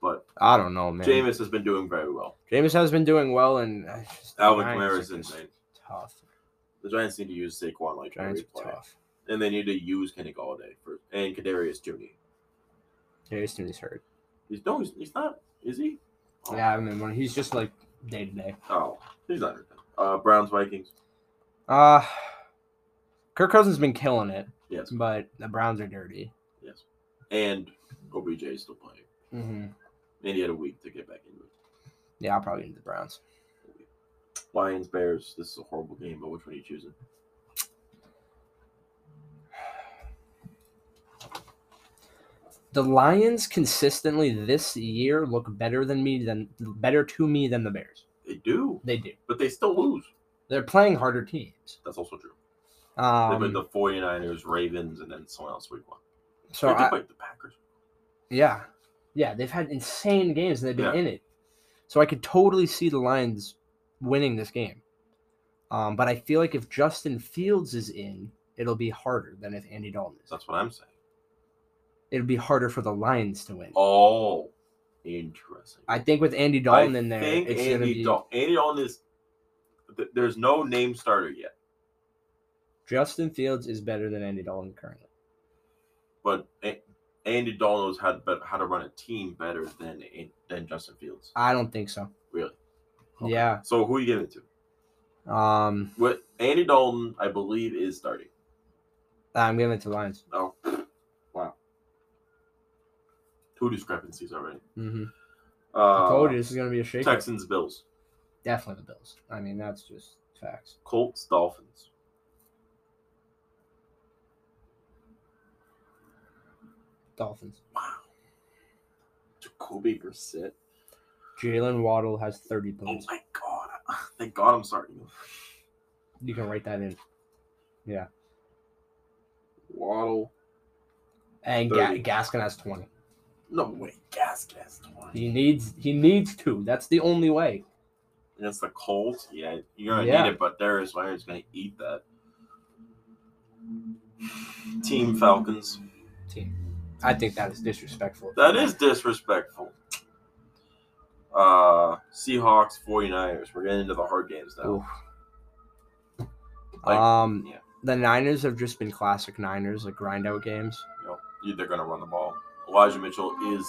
Speaker 2: but
Speaker 4: I don't know, man. James,
Speaker 2: Jameis has been doing very well.
Speaker 4: has been doing well, and uh, just, the
Speaker 2: Alvin
Speaker 4: Giants are
Speaker 2: Kamara is
Speaker 4: just
Speaker 2: insane.
Speaker 4: Tough.
Speaker 2: The Giants need to use Saquon like
Speaker 4: Giants
Speaker 2: every
Speaker 4: are
Speaker 2: play,
Speaker 4: tough.
Speaker 2: and they need to use Kenny Galladay for and Kadarius Jr.
Speaker 4: Darius Stoney's hurt.
Speaker 2: He's no, he's, he's not. Is he? Oh,
Speaker 4: Yeah, I remember. He's just like day to day.
Speaker 2: Oh, he's not. hurt. Uh, Browns, Vikings.
Speaker 4: Uh, Kirk Cousins been killing it,
Speaker 2: Yes,
Speaker 4: but the Browns are dirty.
Speaker 2: yes. And OBJ is still playing,
Speaker 4: hmm
Speaker 2: and he had a week to get back into it.
Speaker 4: Yeah, I'll probably need the Browns.
Speaker 2: Lions, Bears. This is a horrible game, but which one are you choosing?
Speaker 4: the Lions consistently this year look better than me than better to me than the Bears.
Speaker 2: They do,
Speaker 4: They do.
Speaker 2: but they still lose.
Speaker 4: They're playing harder teams.
Speaker 2: That's also true. They
Speaker 4: Um,
Speaker 2: played the 49ers, Ravens, and then someone else week one.
Speaker 4: so
Speaker 2: they did
Speaker 4: I,
Speaker 2: play the Packers.
Speaker 4: yeah, yeah, they've had insane games and they've been
Speaker 2: Yeah.
Speaker 4: in it. So I could totally see the Lions winning this game. Um, but I feel like if Justin Fields is in, it'll be harder than if Andy Dalton is.
Speaker 2: That's what I'm saying.
Speaker 4: It'll be harder for the Lions to win.
Speaker 2: Oh, interesting.
Speaker 4: I think with Andy Dalton
Speaker 2: I
Speaker 4: in there,
Speaker 2: think
Speaker 4: it's gonna
Speaker 2: Andy
Speaker 4: be
Speaker 2: Dalton. Andy Dalton is. th- There's no name starter yet,
Speaker 4: Justin Fields is better than Andy Dalton currently.
Speaker 2: but A- Andy Dalton knows how to, bet- how to run a team better than An- than Justin Fields.
Speaker 4: I don't think so.
Speaker 2: Really? Okay.
Speaker 4: Yeah.
Speaker 2: So who are you giving it to?
Speaker 4: Um,
Speaker 2: What Andy Dalton, I believe, is starting.
Speaker 4: I'm giving it to Lions.
Speaker 2: Oh, wow. Two discrepancies already.
Speaker 4: Mm-hmm.
Speaker 2: Uh,
Speaker 4: I told you this is going to be a shake.
Speaker 2: Texans, Bills,
Speaker 4: Definitely the Bills. I mean, that's just facts.
Speaker 2: Colts, Dolphins.
Speaker 4: Dolphins.
Speaker 2: Wow. Jacoby Brissett.
Speaker 4: Jalen Waddle has 30
Speaker 2: Oh
Speaker 4: points.
Speaker 2: my god. Thank God I'm starting him.
Speaker 4: You can write that in.
Speaker 2: Waddle.
Speaker 4: And Ga-
Speaker 2: 30.
Speaker 4: Gaskin has 20.
Speaker 2: No way. Gas gas twenty.
Speaker 4: He needs he needs to. That's the only way.
Speaker 2: Against the Colts. Yeah, you're gonna
Speaker 4: Yeah.
Speaker 2: need it, but Darius Leonard's gonna eat that. Team Falcons.
Speaker 4: Team. I think that is disrespectful.
Speaker 2: That is disrespectful. Uh Seahawks, 49ers. We're getting into the hard games now.
Speaker 4: Oof.
Speaker 2: Like,
Speaker 4: um,
Speaker 2: yeah.
Speaker 4: the Niners have just been classic Niners, like grind out games.
Speaker 2: You know, you- they're gonna run the ball. Elijah Mitchell is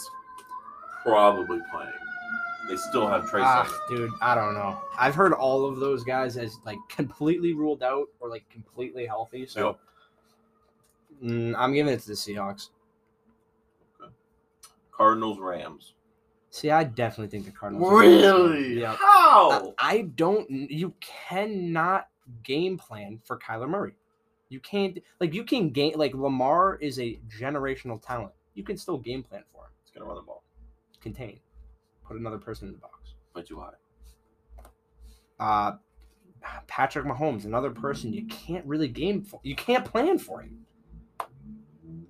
Speaker 2: probably playing. They still have Trey
Speaker 4: Ah,
Speaker 2: Sermon.
Speaker 4: dude, I don't know. I've heard all of those guys as like completely ruled out or like completely healthy. So
Speaker 2: Yep.
Speaker 4: Mm, I'm giving it to the Seahawks.
Speaker 2: Cardinals, Rams.
Speaker 4: See, I definitely think the Cardinals. Ah. are gonna win this game.
Speaker 2: Really?
Speaker 4: Yeah.
Speaker 2: How?
Speaker 4: I I don't. You cannot game plan for Kyler Murray. You can't. Like you can game. Like Lamar is a generational talent. You can still game plan for him.
Speaker 2: It's gonna run the ball.
Speaker 4: Contain. Put another person in the box.
Speaker 2: Way too high.
Speaker 4: Uh, Patrick Mahomes, another person you can't really game for. You can't plan for him.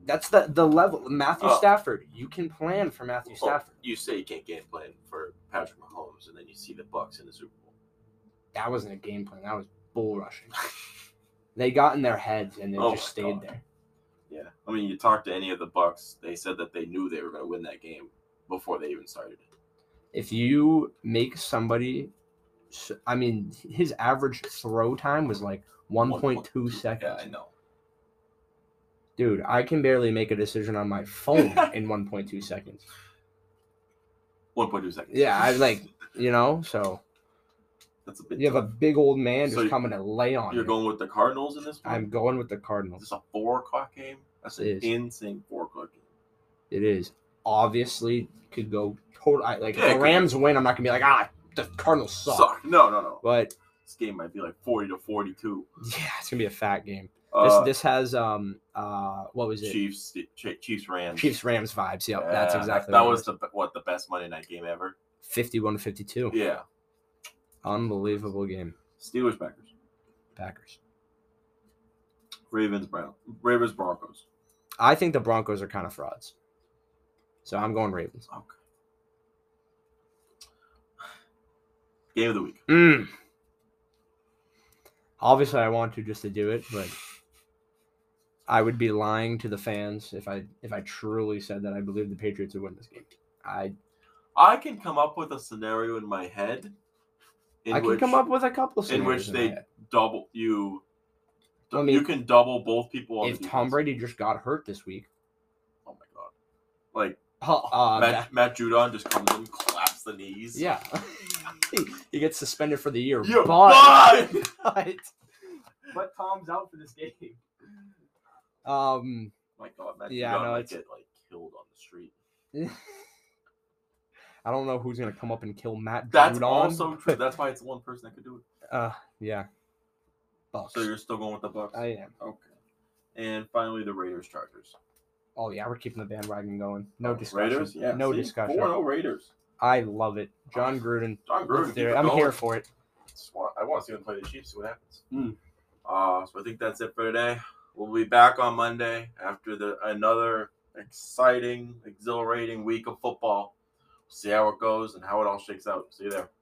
Speaker 4: That's the the level. Matthew
Speaker 2: Oh.
Speaker 4: Stafford. You can plan for Matthew
Speaker 2: Oh,
Speaker 4: Stafford.
Speaker 2: you say you can't game plan for Patrick Mahomes, and then you see the Bucks in the Super Bowl.
Speaker 4: that wasn't a game plan. That was bull rushing. they got in their heads and they
Speaker 2: Oh
Speaker 4: just
Speaker 2: my
Speaker 4: stayed
Speaker 2: God.
Speaker 4: there.
Speaker 2: Yeah, I mean, you talk to any of the Bucks, they said that they knew they were gonna win that game before they even started it.
Speaker 4: If you make somebody, s- I mean, his average throw time was like 1.2
Speaker 2: Yeah,
Speaker 4: seconds.
Speaker 2: I know.
Speaker 4: Dude, I can barely make a decision on my phone in 1.2 seconds.
Speaker 2: One point two seconds.
Speaker 4: Yeah, I like, you know, so
Speaker 2: That's a bit.
Speaker 4: you have a
Speaker 2: tough.
Speaker 4: big old man
Speaker 2: So
Speaker 4: just
Speaker 2: you-
Speaker 4: coming to lay on.
Speaker 2: You're
Speaker 4: you.
Speaker 2: going with the Cardinals in this one.
Speaker 4: I'm going with the
Speaker 2: Is
Speaker 4: Cardinals.
Speaker 2: this a four o'clock game? That's an
Speaker 4: It is.
Speaker 2: insane four o'clock game.
Speaker 4: It is obviously could go total. I, like
Speaker 2: Yeah, it
Speaker 4: if the
Speaker 2: could.
Speaker 4: Rams win, I'm not gonna be like ah the Cardinals suck.
Speaker 2: Suck. No, no, no.
Speaker 4: But
Speaker 2: This game might be like forty to forty-two.
Speaker 4: yeah, it's gonna be a fat game. This
Speaker 2: Uh,
Speaker 4: this has um uh what was it?
Speaker 2: Chiefs, Ch- Chiefs, Rams.
Speaker 4: Chiefs Rams vibes. Yep, that's
Speaker 2: Yeah,
Speaker 4: exactly
Speaker 2: That
Speaker 4: what it
Speaker 2: was the be- what the best Monday night game ever.
Speaker 4: 51 52.
Speaker 2: Yeah,
Speaker 4: Unbelievable game.
Speaker 2: Steelers, Packers,
Speaker 4: Packers.
Speaker 2: Ravens, Brown, Ravens, Broncos.
Speaker 4: I think the Broncos are kind of frauds. So I'm going Ravens.
Speaker 2: Okay. Game of the week.
Speaker 4: Mm. Obviously, I want to just to do it, but I would be lying to the fans if I if I truly said that I believe the Patriots would win this game. I
Speaker 2: I can come up with a scenario in my head. In
Speaker 4: I can
Speaker 2: which
Speaker 4: come up with a couple.
Speaker 2: in which
Speaker 4: scenarios
Speaker 2: they-
Speaker 4: my head.
Speaker 2: double you.
Speaker 4: I mean,
Speaker 2: you can double both people. On the
Speaker 4: if Tom
Speaker 2: defense.
Speaker 4: Brady just got hurt this week,
Speaker 2: Oh my god! Like
Speaker 4: uh, uh,
Speaker 2: Matt, Matt Judon just comes in, claps the knees.
Speaker 4: that- yeah, he, he gets suspended for the year.
Speaker 2: You're
Speaker 4: but-
Speaker 2: fine!
Speaker 4: but
Speaker 1: But Tom's out for this game.
Speaker 4: um,
Speaker 2: My god, Matt
Speaker 4: Yeah, I
Speaker 2: Judon
Speaker 4: know,
Speaker 2: might
Speaker 4: it's-
Speaker 2: get like killed on the street.
Speaker 4: I don't know who's gonna come up and kill Matt.
Speaker 2: That's
Speaker 4: Judon.
Speaker 2: also true. That's why it's the one person that could do it.
Speaker 4: Uh, yeah. Bucks.
Speaker 2: So you're still going with the Bucks.
Speaker 4: I am.
Speaker 2: Okay. And finally, the Raiders Chargers.
Speaker 4: Oh yeah, we're keeping the bandwagon going. No discussion.
Speaker 2: Raiders, yeah.
Speaker 4: No
Speaker 2: see?
Speaker 4: discussion.
Speaker 2: Four no Raiders.
Speaker 4: I love it. John Gruden.
Speaker 2: John Gruden.
Speaker 4: Let's
Speaker 2: keep
Speaker 4: do it.
Speaker 2: it
Speaker 4: I'm
Speaker 2: going.
Speaker 4: here for it.
Speaker 2: Just want- I want to see them play the Chiefs. See what happens.
Speaker 1: Mm.
Speaker 2: Uh, so I think that's it for today. We'll be back on Monday after the another exciting, exhilarating week of football. See how it goes and how it all shakes out. See you there.